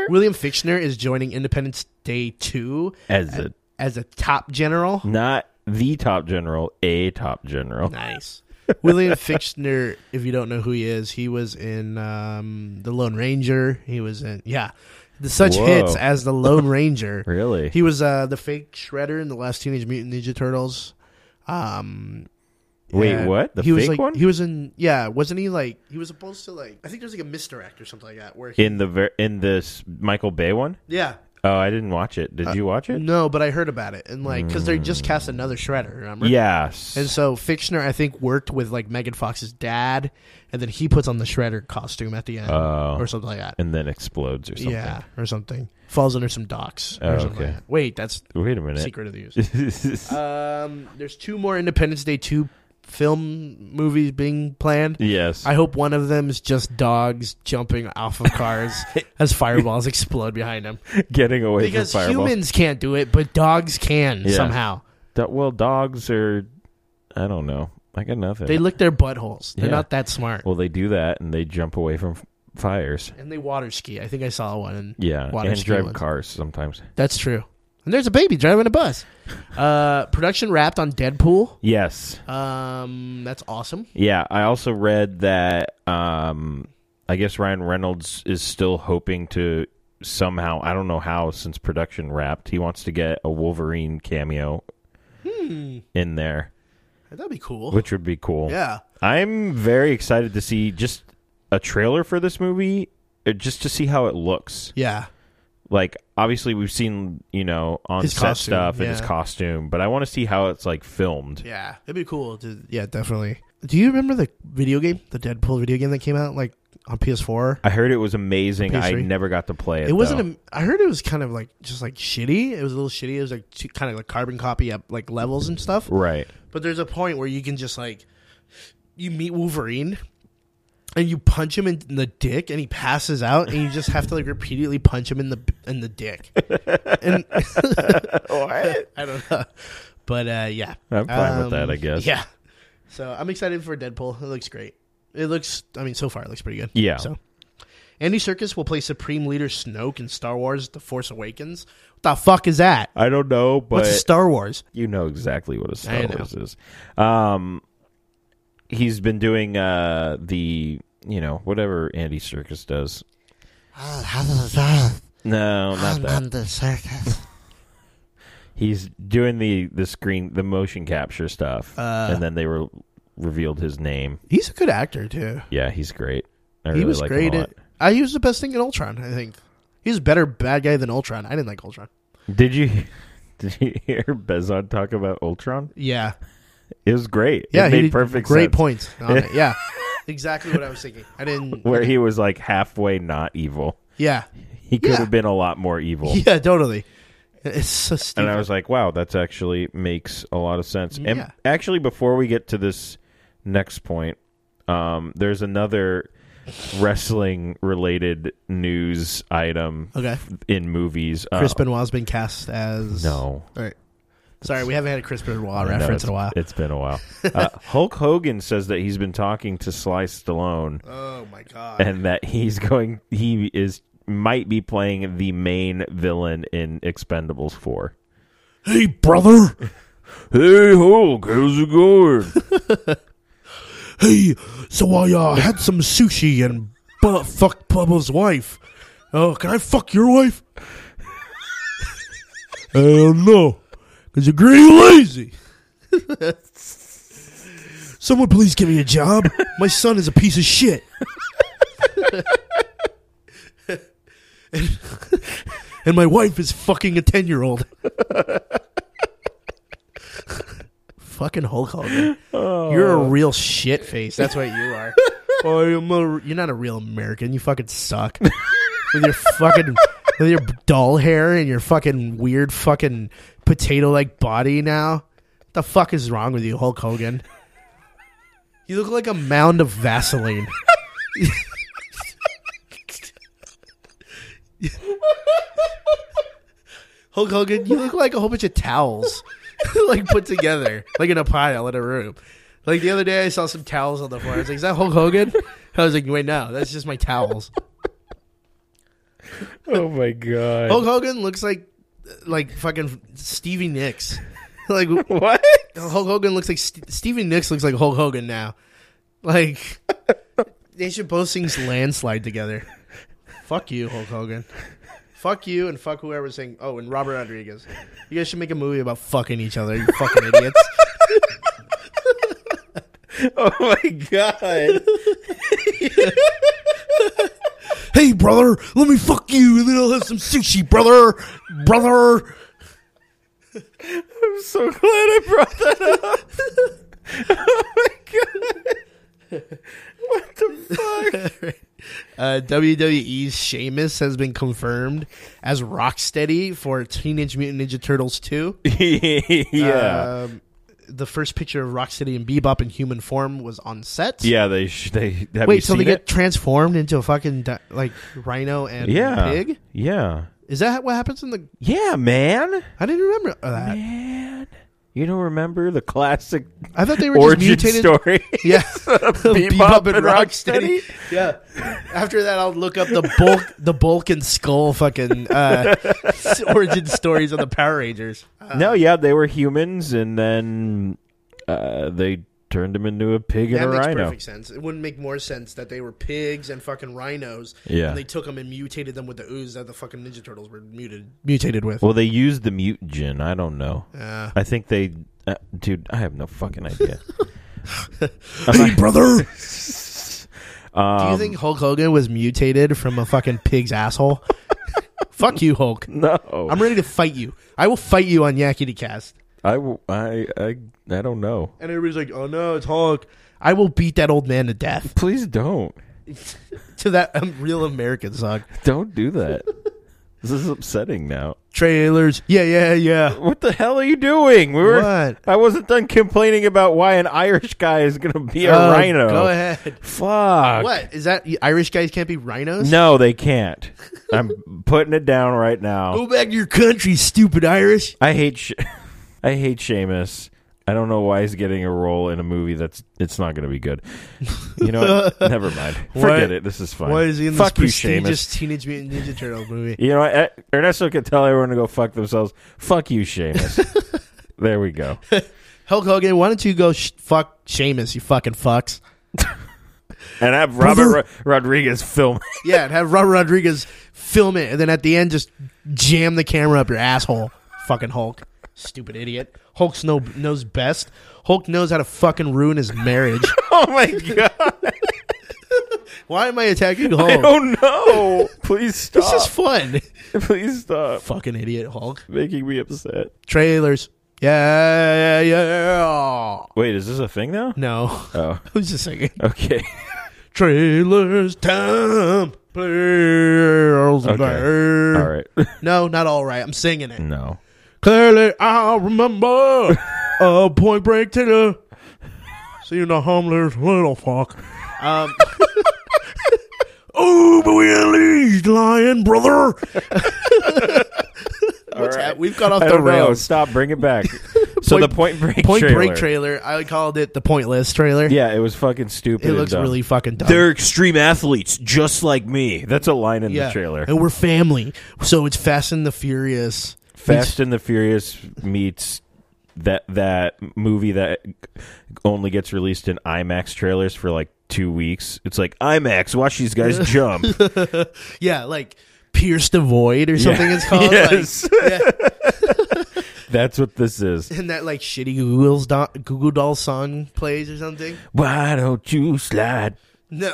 William Fichtner is joining Independence Day two As a as a top general. not the top general, a top general. Nice. William Fichtner, if you don't know who he is, he was in um, The Lone Ranger. He was in, yeah, the, such Whoa. hits as The Lone Ranger. Really? He was uh, the fake Shredder in The Last Teenage Mutant Ninja Turtles. Um, Wait, yeah. what? The he was fake like, one? He was in, yeah, wasn't he like, he was supposed to like, I think there's like a misdirect or something like that where he, in the ver- in this Michael Bay one? yeah. Oh, I didn't watch it. Uh, Did you watch it? No, but I heard about it. And like, because they just cast another Shredder, remember? Yes. And so Fichtner, I think, worked with like Megan Fox's dad, and then he puts on the Shredder costume at the end Oh. or something like that. and then explodes or something. Yeah, or something. Falls under some docks Oh, or something okay. like that. Wait, that's Wait a minute. Secret of the Use. um, there's two more Independence Day 2 film movies being planned. yes. I hope one of them is just dogs jumping off of cars as fireballs explode behind them. Getting away Because from fireballs. humans can't do it, but dogs can Yeah. somehow. Do- well, dogs are. I don't know. I got nothing. They lick their buttholes. They're Yeah. not that smart. well, they do that and they jump away from f- fires. And they water ski. I think I saw one. And Yeah, Water and ski drive ones. cars sometimes. That's true. And there's a baby driving a bus. Uh, production wrapped on Deadpool. Yes. Um, that's awesome. Yeah, I also read that um I guess Ryan Reynolds is still hoping to somehow, I don't know how since production wrapped, he wants to get a Wolverine cameo in there, Hmm. That'd be cool. which would be cool. yeah. I'm very excited to see just a trailer for this movie, uh, just to see how it looks. Yeah. Like obviously we've seen, you know, on His set costume, stuff and his yeah. costume, but I want to see how it's like filmed. Yeah. It'd be cool. To, yeah, definitely. Do you remember the video game, the Deadpool video game that came out like on PS4? I heard it was amazing. I PS3? never got to play it. It wasn't. though. am- I heard it was kind of like just like shitty. It was a little shitty. It was like two, kind of like carbon copy up like levels and stuff. right. But there's a point where you can just like you meet Wolverine and you punch him in the dick and he passes out and you just have to like repeatedly punch him in the in the dick. And I don't know. But uh yeah. Um, I'm fine with that, I guess. Yeah. So I'm excited for Deadpool. It looks great. It looks I mean so far it looks pretty good. Yeah. So Andy Serkis will play Supreme Leader Snoke in Star Wars The Force Awakens. What the fuck is that? I don't know, but What's a Star Wars? you know exactly what a Star I know. Wars is. Um, he's been doing uh, the you know whatever Andy Circus does. No, not that. He's doing the the screen the motion capture stuff, Uh. and then they were revealed his name. He's a good actor too. Yeah, he's great. I he really was like great. him a At, I, he was the best thing in Ultron. I think he's a better bad guy than Ultron. I didn't like Ultron. lot. Did you did you hear Bezod talk about Ultron? Yeah, It was great. yeah, it he made did perfect Great sense. points. on it. Yeah, exactly what I was thinking. I didn't. Where he was like halfway not evil. Yeah, He could Yeah. have been a lot more evil. yeah, totally. It's so stupid. and I was like, wow, that's actually makes a lot of sense. And Yeah. actually, before we get to this next point, um, there's another wrestling related news item okay, in movies. Uh, Chris Benoit's been cast as No. All right. Sorry, we haven't had a Chris Benoit No, reference it's- in a while. It's been a while. Uh, Hulk Hogan says that he's been talking to Sly Stallone Oh my god. and that he's going, he is might be playing the main villain in Expendables 4. Hey, brother. Hey, Hulk, how's it going? Hey, so I uh, had some sushi and bu- fucked Bubba's wife. Oh, can I fuck your wife? Hell no, because you're green lazy. Someone please give me a job. My son is a piece of shit. and, and my wife is fucking a 10 year old. fucking Hulk Hogan. You're a real shit face. That's what you are. or you're, you're not a real American. You fucking suck. with your fucking with your dull hair and your fucking weird fucking potato like body now. What the fuck is wrong with you, Hulk Hogan? You look like a mound of Vaseline. Hulk Hogan, you look like a whole bunch of towels, like put together, like in a pile in a room. Like the other day, I saw some towels on the floor. I was like, "Is that Hulk Hogan?" I was like, "Wait, no, that's just my towels." Oh my god. Hulk Hogan looks like like fucking Stevie Nicks. like What? Hulk Hogan looks like St- Stevie Nicks looks like Hulk Hogan now. Like they should both sing "Landslide" together. Fuck you, Hulk Hogan. Fuck you and fuck whoever's saying. Oh, and Robert Rodriguez. You guys should make a movie about fucking each other. You fucking idiots. Oh my god. hey, brother, let me fuck you, and then I'll have some sushi, brother, brother. I'm so glad I brought that up. oh my god. What the fuck? Uh, WWE's Sheamus has been confirmed as Rocksteady for Teenage Mutant Ninja Turtles 2. yeah. Um, the first picture of Rocksteady and Bebop in human form was on set. yeah, they sh- they have you Wait, so they seen get it? transformed into a fucking di- like rhino and yeah. pig? Yeah. Is that what happens in the? Yeah, man. I didn't remember uh, that. Man. You don't remember the classic I thought they were just origin mutated. story? Yeah, Bebop and Rocksteady? Yeah. After that, I'll look up the bulk, the bulk and skull fucking uh, origin stories of the Power Rangers. Uh, no, yeah, they were humans and then uh, they turned him into a pig that and a makes rhino. perfect sense. It wouldn't make more sense that they were pigs and fucking rhinos. Yeah. And they took them and mutated them with the ooze that the fucking Ninja Turtles were muted, mutated with. Well, they used the mutagen. I don't know. Uh, I think they, uh, dude. I have no fucking idea. hey, brother. Do you Um, think Hulk Hogan was mutated from a fucking pig's asshole? Fuck you, Hulk. no, I'm ready to fight you. I will fight you on Yakety Cast. I, w- I, I, I don't know. And everybody's like, "Oh no, it's Hulk." I will beat that old man to death Please don't, to that um, real American song. don't do that. this is upsetting now. Trailers, yeah, yeah, yeah. What the hell are you doing? We were. What? I wasn't done complaining about why an Irish guy is gonna be a Oh, rhino. Go ahead. Fuck. What is that? Irish guys can't be rhinos. No, they can't. I'm putting it down right now. Go back to your country, stupid Irish. I hate Sh- I hate Seamus. I don't know why he's getting a role in a movie that's it's not going to be good. You know what? Never mind. Forget Why- it. This is fine. Why is he in fuck this you, prestigious Seamus. Teenage Mutant Ninja Turtle movie? You know what? E- Ernesto can tell everyone to go fuck themselves. Fuck you, Seamus. there we go. Hulk Hogan, why don't you go sh- fuck Seamus? You fucking fucks. And have Robert Ro- Rodriguez film. Yeah, and have Robert Rodriguez film it, and then at the end, just jam the camera up your asshole. Fucking Hulk, stupid idiot. Hulk know, knows best. Hulk knows how to fucking ruin his marriage. oh my god! Why am I attacking I Hulk? don't know. Please Oh. This stop. is fun. Please stop fucking idiot Hulk. making me upset. Trailers. Yeah, yeah, yeah. Wait, is this a thing now? No, Oh, I was just singing. okay. Trailers time. Players Okay. there. All right. No, not all right. I'm singing it. No. Clearly, I remember a uh, point break tailor. Seeing the homeless little fuck. Um, oh, but we unleashed lion, brother. What's Yeah, We've got off I the don't know. rails. Stop. Bring it back. so Point- the Point Break Point trailer. break trailer. I called it the pointless trailer. Yeah, it was fucking stupid. It and looks dumb. really fucking dumb. They're extreme athletes, just like me. That's a line in Yeah. the trailer. And we're family. So it's Fast and the Furious. Fast and the Furious meets that that movie that only gets released in IMAX trailers for like two weeks. It's like IMAX. Watch these guys jump. Yeah, like Pierce the Void or something it's called. like- Yes. That's what this is. and that like shitty Google's do- Google Doll song plays or something. Why don't you slide? No,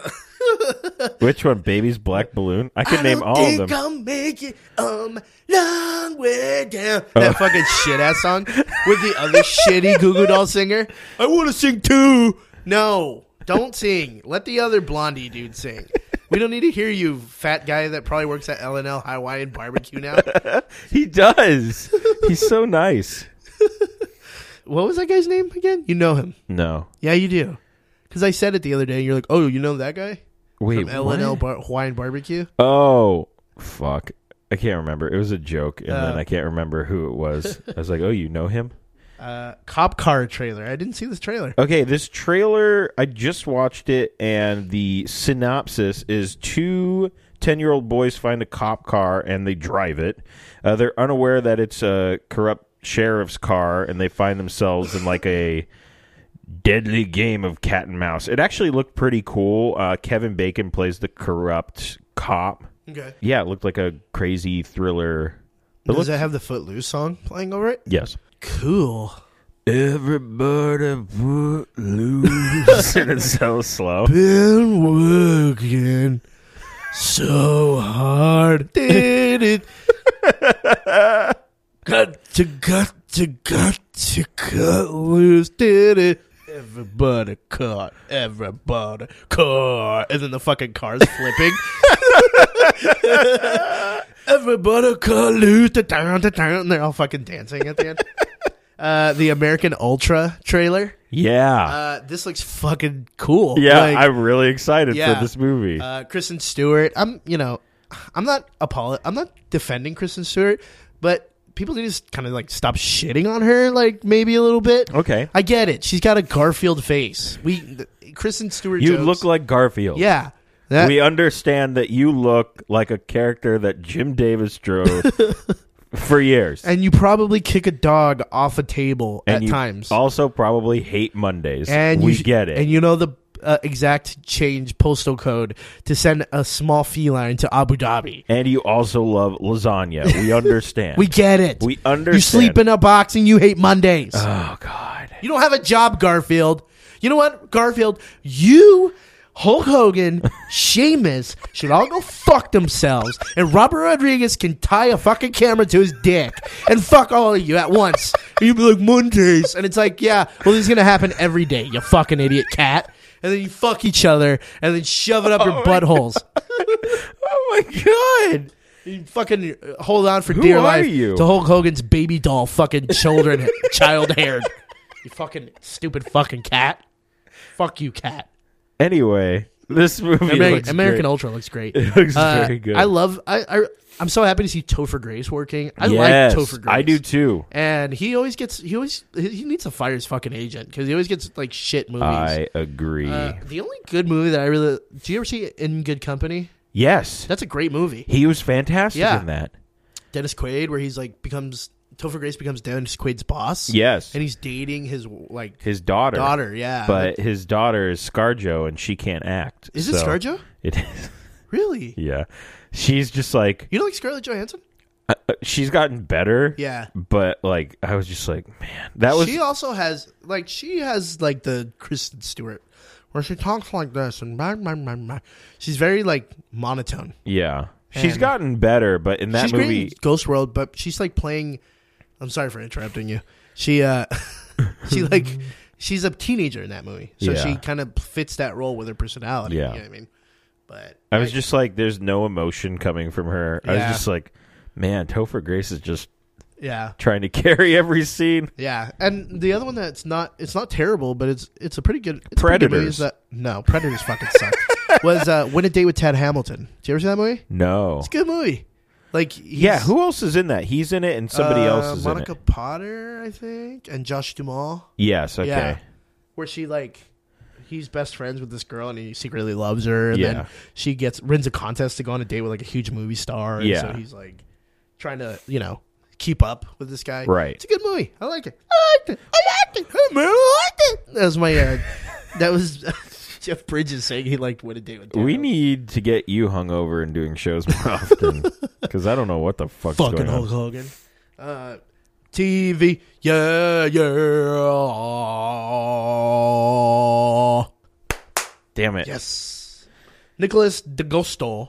Which one? Baby's Black Balloon. I could name I all of them. I'll make it um long way down. That fucking shit ass song with the other shitty Goo Goo Doll singer. I want to sing too. No, don't sing. Let the other blondie dude sing. We don't need to hear you, fat guy that probably works at L and L Hawaiian Barbecue now. He does. He's so nice. What was that guy's name again? You know him? No. Yeah, you do. Because I said it the other day, and you're like, "Oh, you know that guy Wait. from L and L Bar- Hawaiian Barbecue?" Oh. fuck. I can't remember. It was a joke, and then Oh. I can't remember who it was. I was like, "Oh, you know him?" Uh, cop car trailer. I didn't see this trailer. Okay, this trailer, I just watched it, and the synopsis is two 10 year old boys find a cop car and they drive it. Uh, they're unaware that it's a corrupt sheriff's car, and they find themselves in like a deadly game of cat and mouse. It actually looked pretty cool. Uh, Kevin Bacon plays the corrupt cop. Okay. Yeah, it looked like a crazy thriller. It Does looked- it have the Footloose song playing over it? yes. Cool. Everybody Uh, would lose. and it's so slow. Been working so hard. Did it. got to, got to, got to cut loose. Did it. Everybody caught. Everybody caught. And then the fucking car's flipping. Everybody caught loose. Da-dun, da-dun, And they're all fucking dancing at the end. Uh, the American Ultra trailer. Yeah. Uh, this looks fucking cool. Yeah, Like, I'm really excited Yeah. for this movie. uh, Kristen Stewart. I'm, you know, I'm not apolo- I'm not defending Kristen Stewart, but people need to kind of like stop shitting on her, like maybe a little bit. okay. I get it. She's got a Garfield face. We th- Kristen Stewart. You jokes- look like Garfield. yeah. That, We understand that you look like a character that Jim Davis drew for years. and you probably kick a dog off a table And at you times. Also probably hate Mondays. and we you, sh- get it. And you know the uh, exact change postal code to send a small feline to Abu Dhabi. And you also love lasagna. We understand. We get it. We understand. You sleep in a box and you hate Mondays. Oh God. You don't have a job, Garfield. You know what, Garfield? You, Hulk Hogan, Sheamus should all go fuck themselves, and Robert Rodriguez can tie a fucking camera to his dick and fuck all of you at once. And you'd be like, Mondays. And it's like, yeah, well, this is going to happen every day, you fucking idiot cat. And then you fuck each other and then shove it up your buttholes. Oh my God. You fucking uh, hold on for dear are life you? to Hulk Hogan's baby doll fucking children child haired. You fucking stupid fucking cat. Fuck you, cat. Anyway, this movie Ameri- looks American great. Ultra looks great. It looks Uh, very good. I love. I, I I'm so happy to see Topher Grace working. I yes, like Topher Grace. I do too. And he always gets. He always. He he needs to fire his fucking agent because he always gets like shit movies. I agree. Uh, the only good movie that I really. Do you ever see In Good Company? yes. That's a great movie. He was fantastic Yeah. in that. Dennis Quaid, where he's like becomes Topher Grace becomes Dennis Quaid's boss. Yes. and he's dating his like his daughter. daughter. Yeah, But his daughter is ScarJo and she can't act. is it so- ScarJo? It is. Really? Yeah. She's just like You don't like Scarlett Johansson? uh, uh, she's gotten better. Yeah. But like I was just like, man, that was she also has like she has like the Kristen Stewart, where she talks like this and blah, blah, blah, blah. she's very like monotone. yeah. She's And- gotten better, but in that she's movie great in Ghost World, but she's like playing. I'm sorry for interrupting you. She uh, she like she's a teenager in that movie, so Yeah. she kind of fits that role with her personality. you Yeah. know what I mean. But I was just like there's no emotion coming from her. I was Yeah. just like, man, Topher Grace is just yeah, trying to carry every scene. Yeah, and the other one that's not it's not terrible, but it's it's a pretty good it's a pretty good movie is Predators. that, no, Predators fucking suck. Was uh, Win a Date with Tad Hamilton? Did you ever see that movie? No. It's a good movie. Like he's, Yeah, who else is in that? He's in it and somebody uh, else is Monica in it. Potter, I think, and Josh Duhamel. Yes, okay. Yeah, where she like he's best friends with this girl and he secretly loves her, and Yeah. then she gets wins a contest to go on a date with like a huge movie star. And Yeah. so he's like trying to you know keep up with this guy. Right. it's a good movie. I like it. I liked it. I liked it. I really liked it. That was my uh, that was Jeff Bridges saying he liked Win a Date with. Dan. We need to get you hungover and doing shows more often because I don't know what the fuck's fucking going Hulk on. Hogan. Uh, TV, yeah, yeah. Damn it! Yes. Nicholas DeGosto,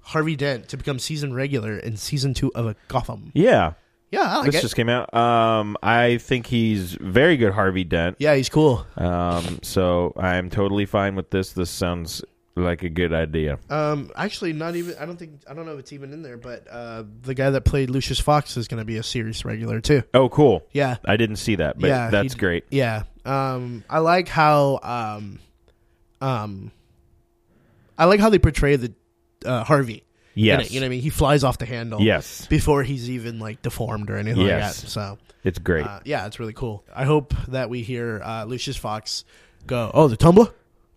Harvey Dent to become season regular in season two of a Gotham. Yeah, Yeah, I like this it. just came out. Um, I think he's very good, Harvey Dent. yeah, he's cool. Um, so I'm totally fine with this. This sounds like a good idea. Um, actually, not even. I don't think. I don't know if it's even in there, but uh, the guy that played Lucius Fox is going to be a series regular too. Oh, cool! Yeah, I didn't see that, but yeah, that's he- great. Yeah. Um, I like how um, um, I like how they portray the uh, Harvey. Yeah, Yes. you know what I mean? He flies off the handle. Yes. Before he's even like deformed or anything Yes. like that. So It's great. uh, yeah, it's really cool. I hope that we hear uh, Lucius Fox go, "Oh, the tumbler?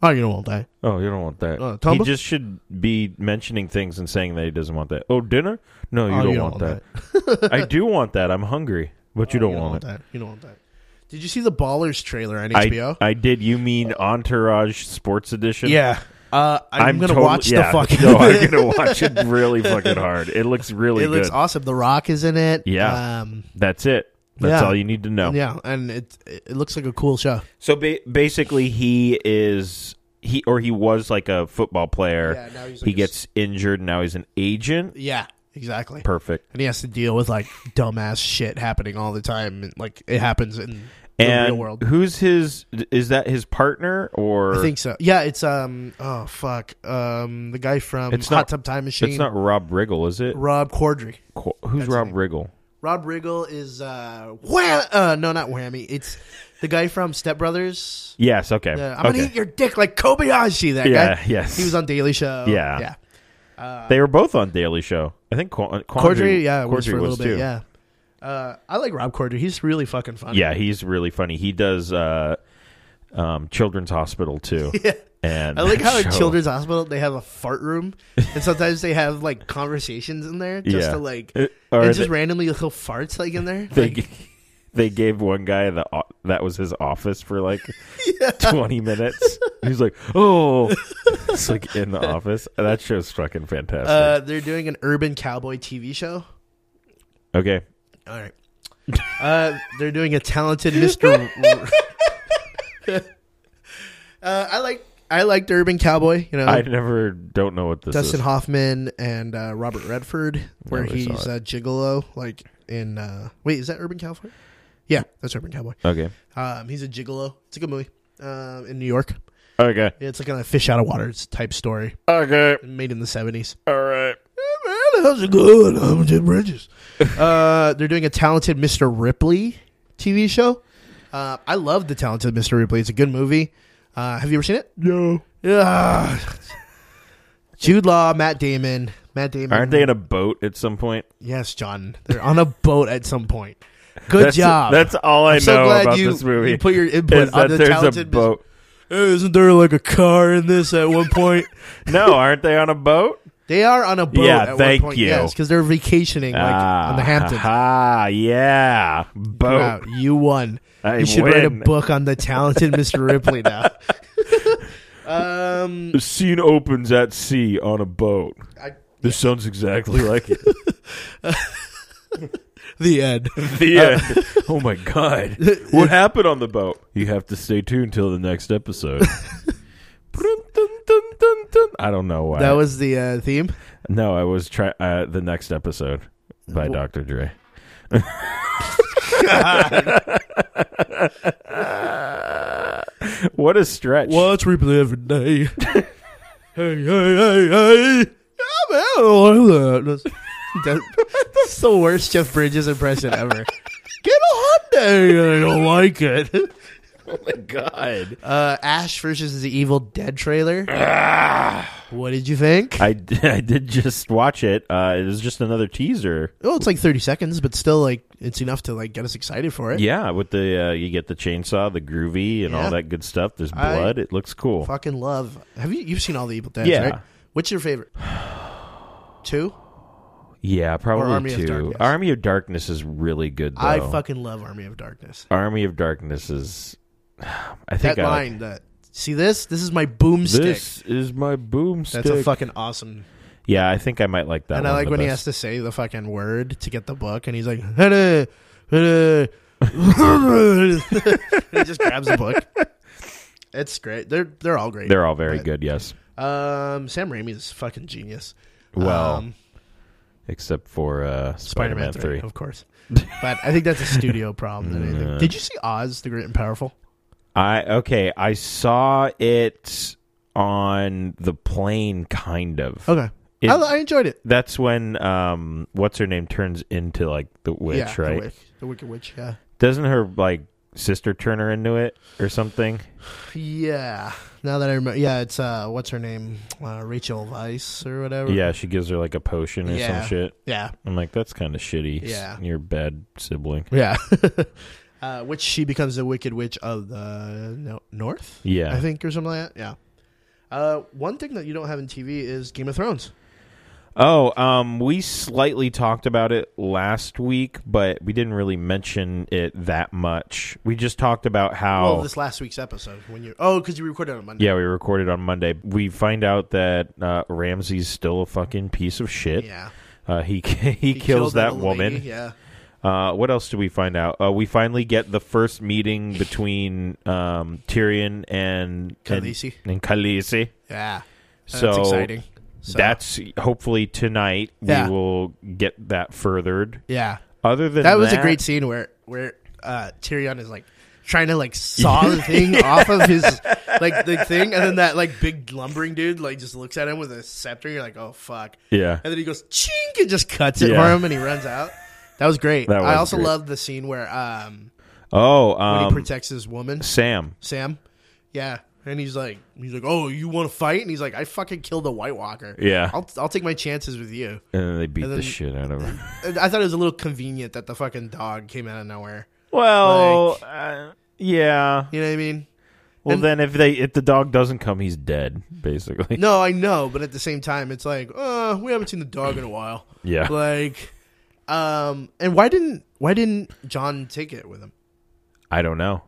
Oh, you don't want that? oh, you don't want that. uh, he Tumba? just should be mentioning things and saying that he doesn't want that. Oh, dinner? No, you, oh, don't, want that. I do want that. I'm hungry, but you Oh, don't want it. that. You don't want that." Did you see the Ballers trailer on I, HBO? I did. You mean Entourage Sports Edition? yeah. Uh, I'm, gonna totally- watch the yeah. fucking. no, I'm gonna watch it really fucking hard. It looks really it good. looks awesome. The Rock is in it. Yeah. Um, That's it. That's Yeah. all you need to know. Yeah, and it it looks like a cool show. So ba- basically, he is he or he was like a football player. Yeah, now he's like he a s- gets injured. Now he's an agent. Yeah, exactly. Perfect. And he has to deal with like dumbass shit happening all the time. and, Like it happens in and the real world. who's his? Is that his partner or? I think so. Yeah, it's um oh fuck. Um the guy from It's Hot not- Tub Time Machine. it's not Rob Riggle, is it? Rob Corddry. Co- who's that's Rob him. Riggle? Rob Riggle is uh wham- uh no not whammy. It's the guy from Step Brothers. Yes. Okay. Uh, I'm okay. gonna eat your dick like Kobayashi, that yeah. guy. Yes. He was on Daily Show. Yeah. Yeah. they were both on Daily Show. I think Qu- Corddry, yeah, was Quandry for a little was bit, too. yeah. Uh, I like Rob Corddry. He's really fucking funny. Yeah, he's really funny. He does uh, um, Children's Hospital too. Yeah. And I like that how show- at Children's Hospital they have a fart room, and sometimes they have like conversations in there just Yeah. to like, Uh, or and they- just randomly little farts like in there. they Like, g- they gave one guy the o- that was his office for like twenty minutes. He's like, oh, it's like in the office. That show's fucking fantastic. uh, they're doing an urban cowboy TV show. Uh, okay, All right, uh, they're doing a talented Mister. uh, I like I liked Urban Cowboy. You know, I never don't know what this uh, Dustin is. Hoffman and uh, Robert Redford, where Never saw he's it. uh, gigolo. Like in uh, wait, is that Urban Cowboy? Yeah, that's Urban Cowboy. Okay, Um, he's a gigolo. It's a good movie. Um, in New York, okay, Yeah, it's like a fish out of water type story, okay, made in the seventies. all right. How's it going? I'm Jim Bridges. uh, they're doing a talented Mr. Ripley TV show. Uh, I love the talented Mr. Ripley. It's a good movie. Uh, have you ever seen it? No, Yeah. Jude Law, Matt Damon, Matt Damon. aren't they in a boat at some point? Yes, John. They're on a boat at some point. Good that's, job. That's all I know I'm so glad about you, this movie. you put your is input on that the there's a talented. Mr. boat? Hey, isn't there like a car in this at one point? no, aren't they on a boat? They are on a boat. Yeah, at thank one point, you. Yes, because they're vacationing like on the Hamptons. Ah, yeah, boat. Wow, you won. Oh. I you should write a win. book on the talented Mr. Ripley now. um, The scene opens at sea on a boat. I- This sounds exactly like it. the end. the end. oh my god! What happened on the boat? You have to stay tuned till the next episode. Dun, dun, dun, dun, dun. I don't know why. That was the uh, theme. no, I was try uh, the next episode by Dr. Dre. what a stretch! Watch Ripley every day. hey, hey, hey, hey. I'm out of that. That's, that's the worst Jeff Bridges impression ever. Get a Hyundai. I don't like it. Oh my god! Uh, Ash versus the Evil Dead trailer. what did you think? Ah. I, I did just watch it. Uh, it was just another teaser. Oh, it's like 30 seconds, but still, like, it's enough to, like, get us excited for it. Yeah, with the uh, you get the chainsaw, the groovy, and all Yeah. that good stuff. There's I- blood. it looks cool. Fucking love. Have you, you've seen all the Evil Dead, Yeah. right? What's your favorite? Two? Yeah, probably Army of too. Darkness. Army of Darkness is really good. Though. I fucking love Army of Darkness. Army of Darkness is. I think That I like- line, that, see this? This is my boomstick. this is my boomstick. That's a fucking awesome. Yeah, I think I might like that. and I one like the when he has best. to say the fucking word to get the book, and he's like, "Hada, hada." he just grabs the book. It's great. They're they're all great. They're all very But, good. Yes. Um, Sam Raimi is fucking genius. Well, Um, except for uh, Spider-Man, Spider-Man 3 of course. But I think that's a studio problem. than anything. Yeah. Did you see Oz the Great and Powerful? I okay. I saw it on the plane, kind of. Okay, It- I, I enjoyed it. That's when um, what's her name turns into like the witch, yeah, right? The, Wick, the Wicked Witch. Yeah, Doesn't her like sister turn her into it or something. Yeah. Now that I remember, yeah, it's uh, what's her name, uh, Rachel Vice or whatever. Yeah, she gives her like a potion or Yeah. some shit. Yeah. I'm like, that's kind of shitty. S- Yeah. your bad sibling. Yeah. uh, which she becomes the Wicked Witch of the no- North, Yeah, I think, or something like that. Yeah. Uh, one thing that you don't have in TV is Game of Thrones. Oh, um, we slightly talked about it last week, but we didn't really mention it that much. We just talked about how. Well, this last week's episode when you oh, because you recorded on Monday. yeah, we recorded on Monday. We find out that uh, Ramsey's still a fucking piece of shit. Yeah. Uh, he he, He kills killed the that little woman. lady, Yeah. Uh, what else do we find out? Uh, we finally get the first meeting between um, Tyrion and Khaleesi. and, and Khaleesi. Yeah. That's So exciting. So, that's hopefully tonight Yeah. we will get that furthered. yeah. Other than That was a that- great scene where where uh, Tyrion is like trying to like saw the thing off of his like the thing, and then that like big lumbering dude like just looks at him with a scepter. You're like, oh fuck, Yeah. and then he goes chink and just cuts it Yeah. for him, and he runs out. That was great. That I was also great. loved the scene where um Oh, when um, he protects his woman Sam. Sam, yeah. And he's like, he's like, oh, you want to fight? And he's like, I fucking killed a White Walker. Yeah. I'll, I'll take my chances with you. And then they beat And the then- shit out of her. And I thought it was a little convenient that the fucking dog came out of nowhere. Well, uh, yeah. You know what I mean? Well, and- then if they if the dog doesn't come, he's dead, basically. No, I know, but at the same time, it's like, uh, we haven't seen the dog in a while. Yeah. Like, um, and why didn't why didn't John take it with him? I don't know.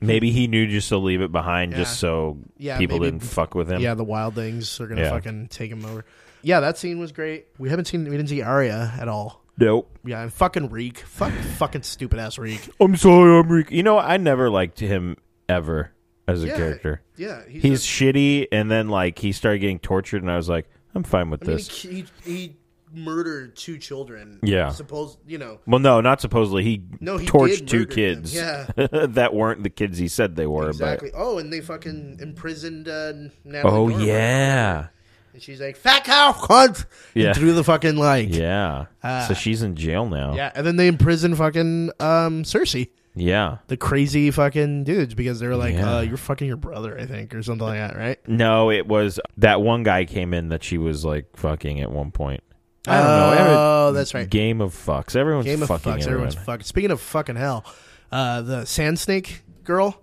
Maybe he knew just to leave it behind, Yeah. just so Yeah, people maybe- didn't fuck with him. Yeah, the wildlings are gonna Yeah. fucking take him over. Yeah, that scene was great. We haven't seen we didn't see Arya at all. Nope. Yeah, and fucking Reek, fuck, fucking stupid ass Reek. I'm sorry, I'm Rick. You know, I never liked him ever as a Yeah, character. Yeah, he's, He's shitty, and then like he started getting tortured, and I was like, I'm fine with a- I mean, this. he, he he murdered two children. Yeah. suppose you know. well, no, not supposedly. He No, he torched did two murder them. kids Yeah. that weren't the kids he said they were. But Exactly. Oh, and they fucking imprisoned uh, Natalie. Oh Dormer. yeah, And she's like, "Fat cow, cunt!" Yeah. And through the fucking like. Yeah. yeah. Ah. so she's in jail now. and then they imprison fucking um Cersei, Yeah. the crazy fucking dudes, because they were like, Yeah. uh, "You're fucking your brother," I think, or something like that, right? No, it was that one guy came in that she was like fucking at one point. I don't know. Every- Oh, that's right. Game of fucks. Everyone's Game of fucking fucks. everyone. Everyone's fucking. Speaking of fucking hell, uh, the sand snake girl.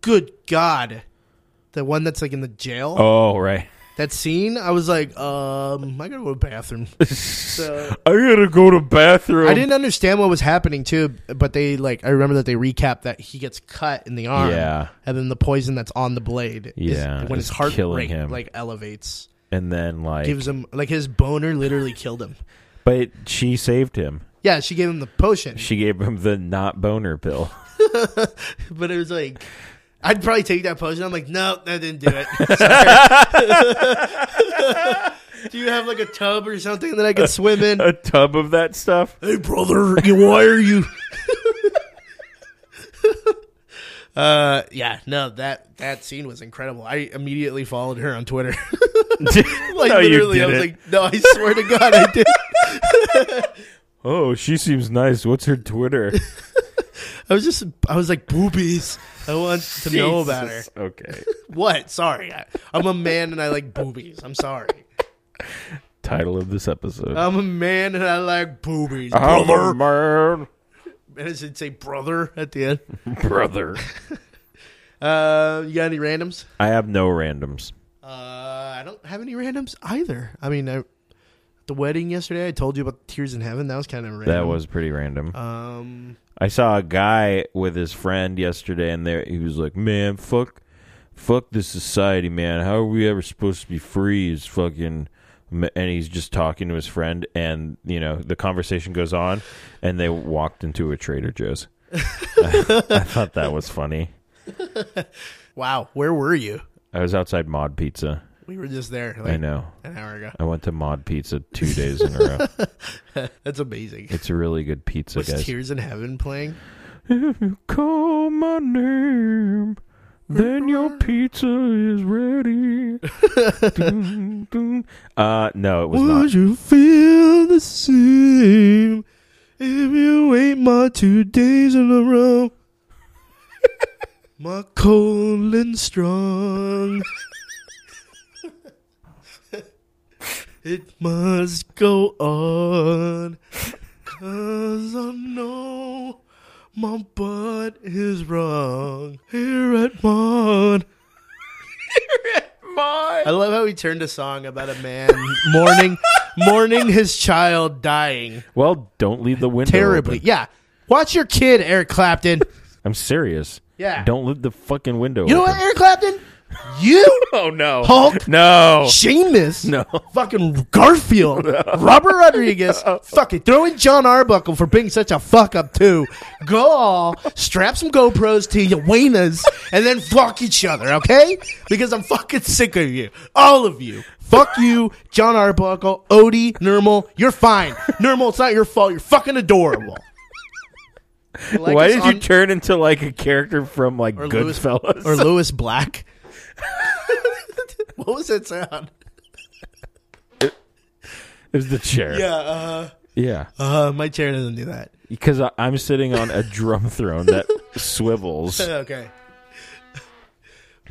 Good God, the one that's like in the jail. oh right. That scene, I was like, um, I gotta go to the bathroom. so I gotta go to bathroom. I didn't understand what was happening too, but they like I remember that they recap that he gets cut in the arm, Yeah. and then the poison that's on the blade, is- Yeah, when his it's heart killing rate him. like elevates, And then like, gives him like his boner literally killed him. but she saved him. Yeah, she gave him the potion, She gave him the not boner pill. but it was like. I'd probably take that potion. I'm like, no, that didn't do it. Sorry. do you have like a tub or something that I could swim in? A tub of that stuff. hey brother you- why are you uh yeah no that that scene was incredible i immediately followed her on twitter like No, you literally i was didn't. like no i swear to god i did Oh, she seems nice. What's her Twitter? i was just i was like boobies i want to know about her Jesus. Okay. what sorry I, i'm a man and i like boobies i'm sorry Title of this episode. i'm a man and i like boobies I'm brother a man. and i should say brother at the end brother. uh you got any randoms I have no randoms. Uh, I don't have any randoms either. I mean, I, the wedding yesterday, I told you about Tears in Heaven. That was kind of random. That was pretty random. Um, I saw a guy with his friend yesterday, and there he was like, "Man, fuck, fuck this society, man. How are we ever supposed to be free?" Is fucking, and he's just talking to his friend, and you know the conversation goes on, and they walked into a Trader Joe's. I thought that was funny. wow, where were you? I was outside Mod Pizza. We were just there I like know. an hour ago. I went to Mod Pizza two days in a row. That's amazing. It's a really good pizza, Was guys. Tears in Heaven playing? If you call my name, then your pizza is ready. Dun, dun. Uh, no, it was Would not. you feel the same if you ate my two days in a row? My colon strong. it must go on. Cause I know my butt is wrong. Here at Mon. I love how he turned a song about a man mourning mourning his child dying Well, don't leave the window terribly. open. Yeah. Watch your kid, Eric Clapton. I'm serious. Yeah. Don't leave the fucking window. You know open. what, Eric Clapton? You Oh no. Hulk? No. Sheamus. No. Fucking Garfield. Robert Rodriguez. Fucking throw in John Arbuckle for being such a fuck up too. Go all strap some GoPros to your wainas and then fuck each other, okay? Because I'm fucking sick of you. All of you. Fuck you, John Arbuckle, Odie, Nermal. You're fine. Nermal, it's not your fault. You're fucking adorable. Like Why us did on- you turn into like a character from like Louis- Goodfellas? or Lewis Black? what was that sound? Is the chair? Yeah, uh, Yeah. uh, my chair doesn't do that. Because I I'm sitting on a drum throne that swivels. Okay.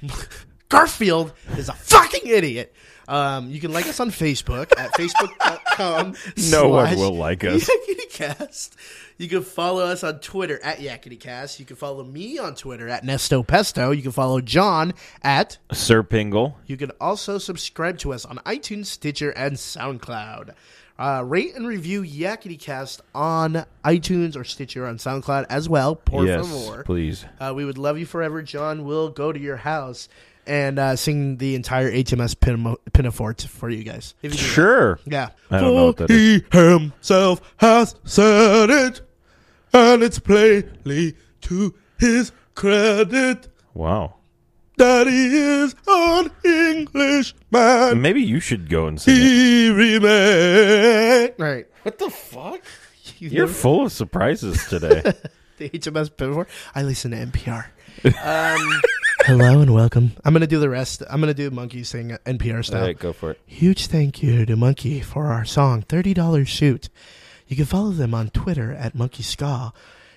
Garfield is a fucking idiot. Um, you can like us on Facebook at facebook.com. No one slash will like us. YakityCast. You can follow us on Twitter at YakityCast. You can follow me on Twitter at Nesto Pesto. You can follow John at. Sir Pingle. You can also subscribe to us on iTunes, Stitcher, and SoundCloud. Uh, rate and review YakityCast on iTunes or Stitcher on SoundCloud as well. Por yes, favor. please. Uh, we would love you forever. John will go to your house and uh, sing the entire HMS pin- Pinafore t- for you guys. If you do that. Sure. Yeah. I don't know what that For he himself has said it, and it's plainly to his credit Wow. that he is an Englishman. Maybe you should go and sing. it. He remain. Right. What the fuck? You You're know full of surprises today. the HMS Pinafore. I listen to NPR. um, hello and welcome. I'm going to do the rest. I'm going to do Monkey sing NPR All style. right, go for it. Huge thank you to Monkey for our song $30 Shoot. You can follow them on Twitter at Monkey Ska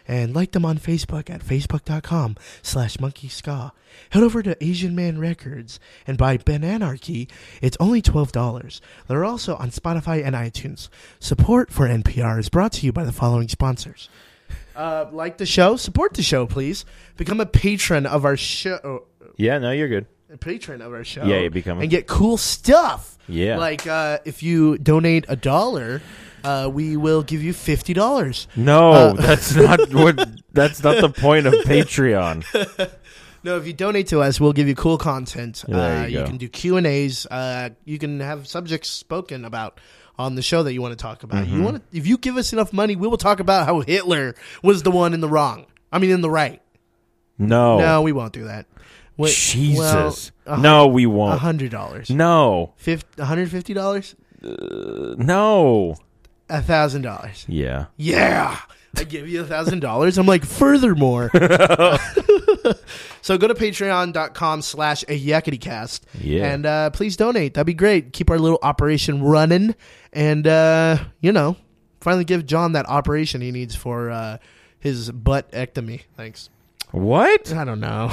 and like them on Facebook at facebook.com slash monkey ska. Head over to Asian Man Records and buy Bananarchy. It's only $12. They're also on Spotify and iTunes. Support for NPR is brought to you by the following sponsors. Uh, like the show, support the show, please. Become a patron of our show Yeah, no, you're good. a patron of our show. Yeah, you become a- and get cool stuff. Yeah. like uh, if you donate a dollar, uh, we will give you fifty dollars. No, that's not what. That's not the point of Patreon. No, if you donate to us, we'll give you cool content. There uh, you go. can do Q and A's. Uh, you can have subjects spoken about on the show that you want to talk about. Mm-hmm. You want to, if you give us enough money, we will talk about how Hitler was the one in the wrong. I mean, in the right. No. No, we won't do that. Wait, Oh. Jesus. well, uh-huh. a no, we won't. hundred dollars, No. one hundred fifty dollars, No. a thousand dollars. Yeah. yeah i give you a thousand dollars i'm like furthermore so go to patreon.com slash a yakety cast Yeah. and uh, please donate that'd be great keep our little operation running and uh, you know finally give john that operation he needs for uh, his butt ectomy thanks What? i don't know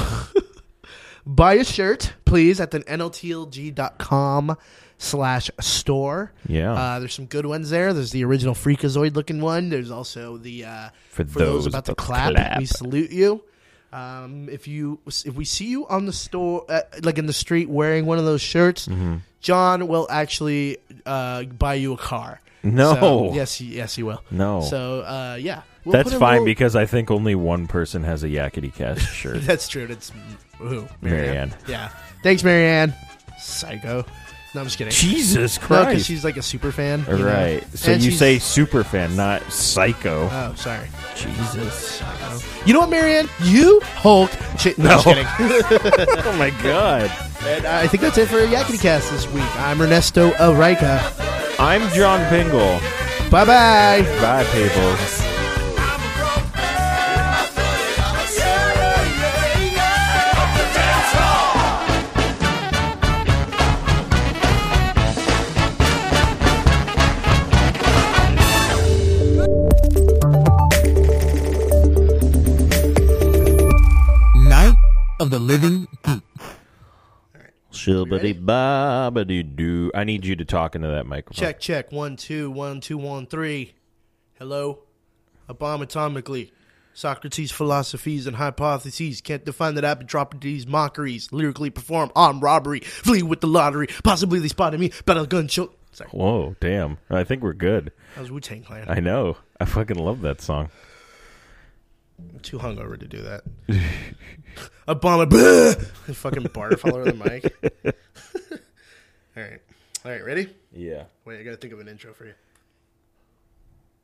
buy a shirt please at the nltlg.com slash store Yeah. uh, there's some good ones there. There's the original Freakazoid looking one. There's also the uh, For for those, those about to about to clap, clap. We salute you. Um, if you if we see you on the store, uh, like in the street, wearing one of those shirts, Mm-hmm. John will actually uh, buy you a car. No. So, yes, he- yes, he will. No. So uh, yeah, We'll that's put a fine little- because I think only one person has a yakety cast shirt. that's true. That's who Marianne. Yeah. Thanks, Marianne. Psycho. No, I'm just kidding. Jesus No, because Christ. she's like a super fan. All you know? right. So And you she's- say super fan, not psycho. Oh, sorry. Jesus. You know what, Marianne? You Hulk. Shit, no, No. I'm just kidding. Oh my god. And I think that's it for Yakety Cast this week. I'm Ernesto Arica. I'm John Pingle. Bye bye. Bye, people. Night of the living geek. Shibbity bobbity doo. I need you to talk into that microphone. Check, check. One, two, one, two, one, three. Hello. Abomatomically. Socrates' philosophies and hypotheses can't define that apotropati's mockeries. Lyrically perform on robbery. Flee with the lottery. Possibly they spotted me. Battle gun show. Sorry, Whoa, damn. I think we're good. that was Wu Tang Clan. I know. I fucking love that song. I'm too hungover to do that. Obama. fucking barf all over the mic. all right. All right, ready? Yeah. Wait, I gotta think of an intro for you.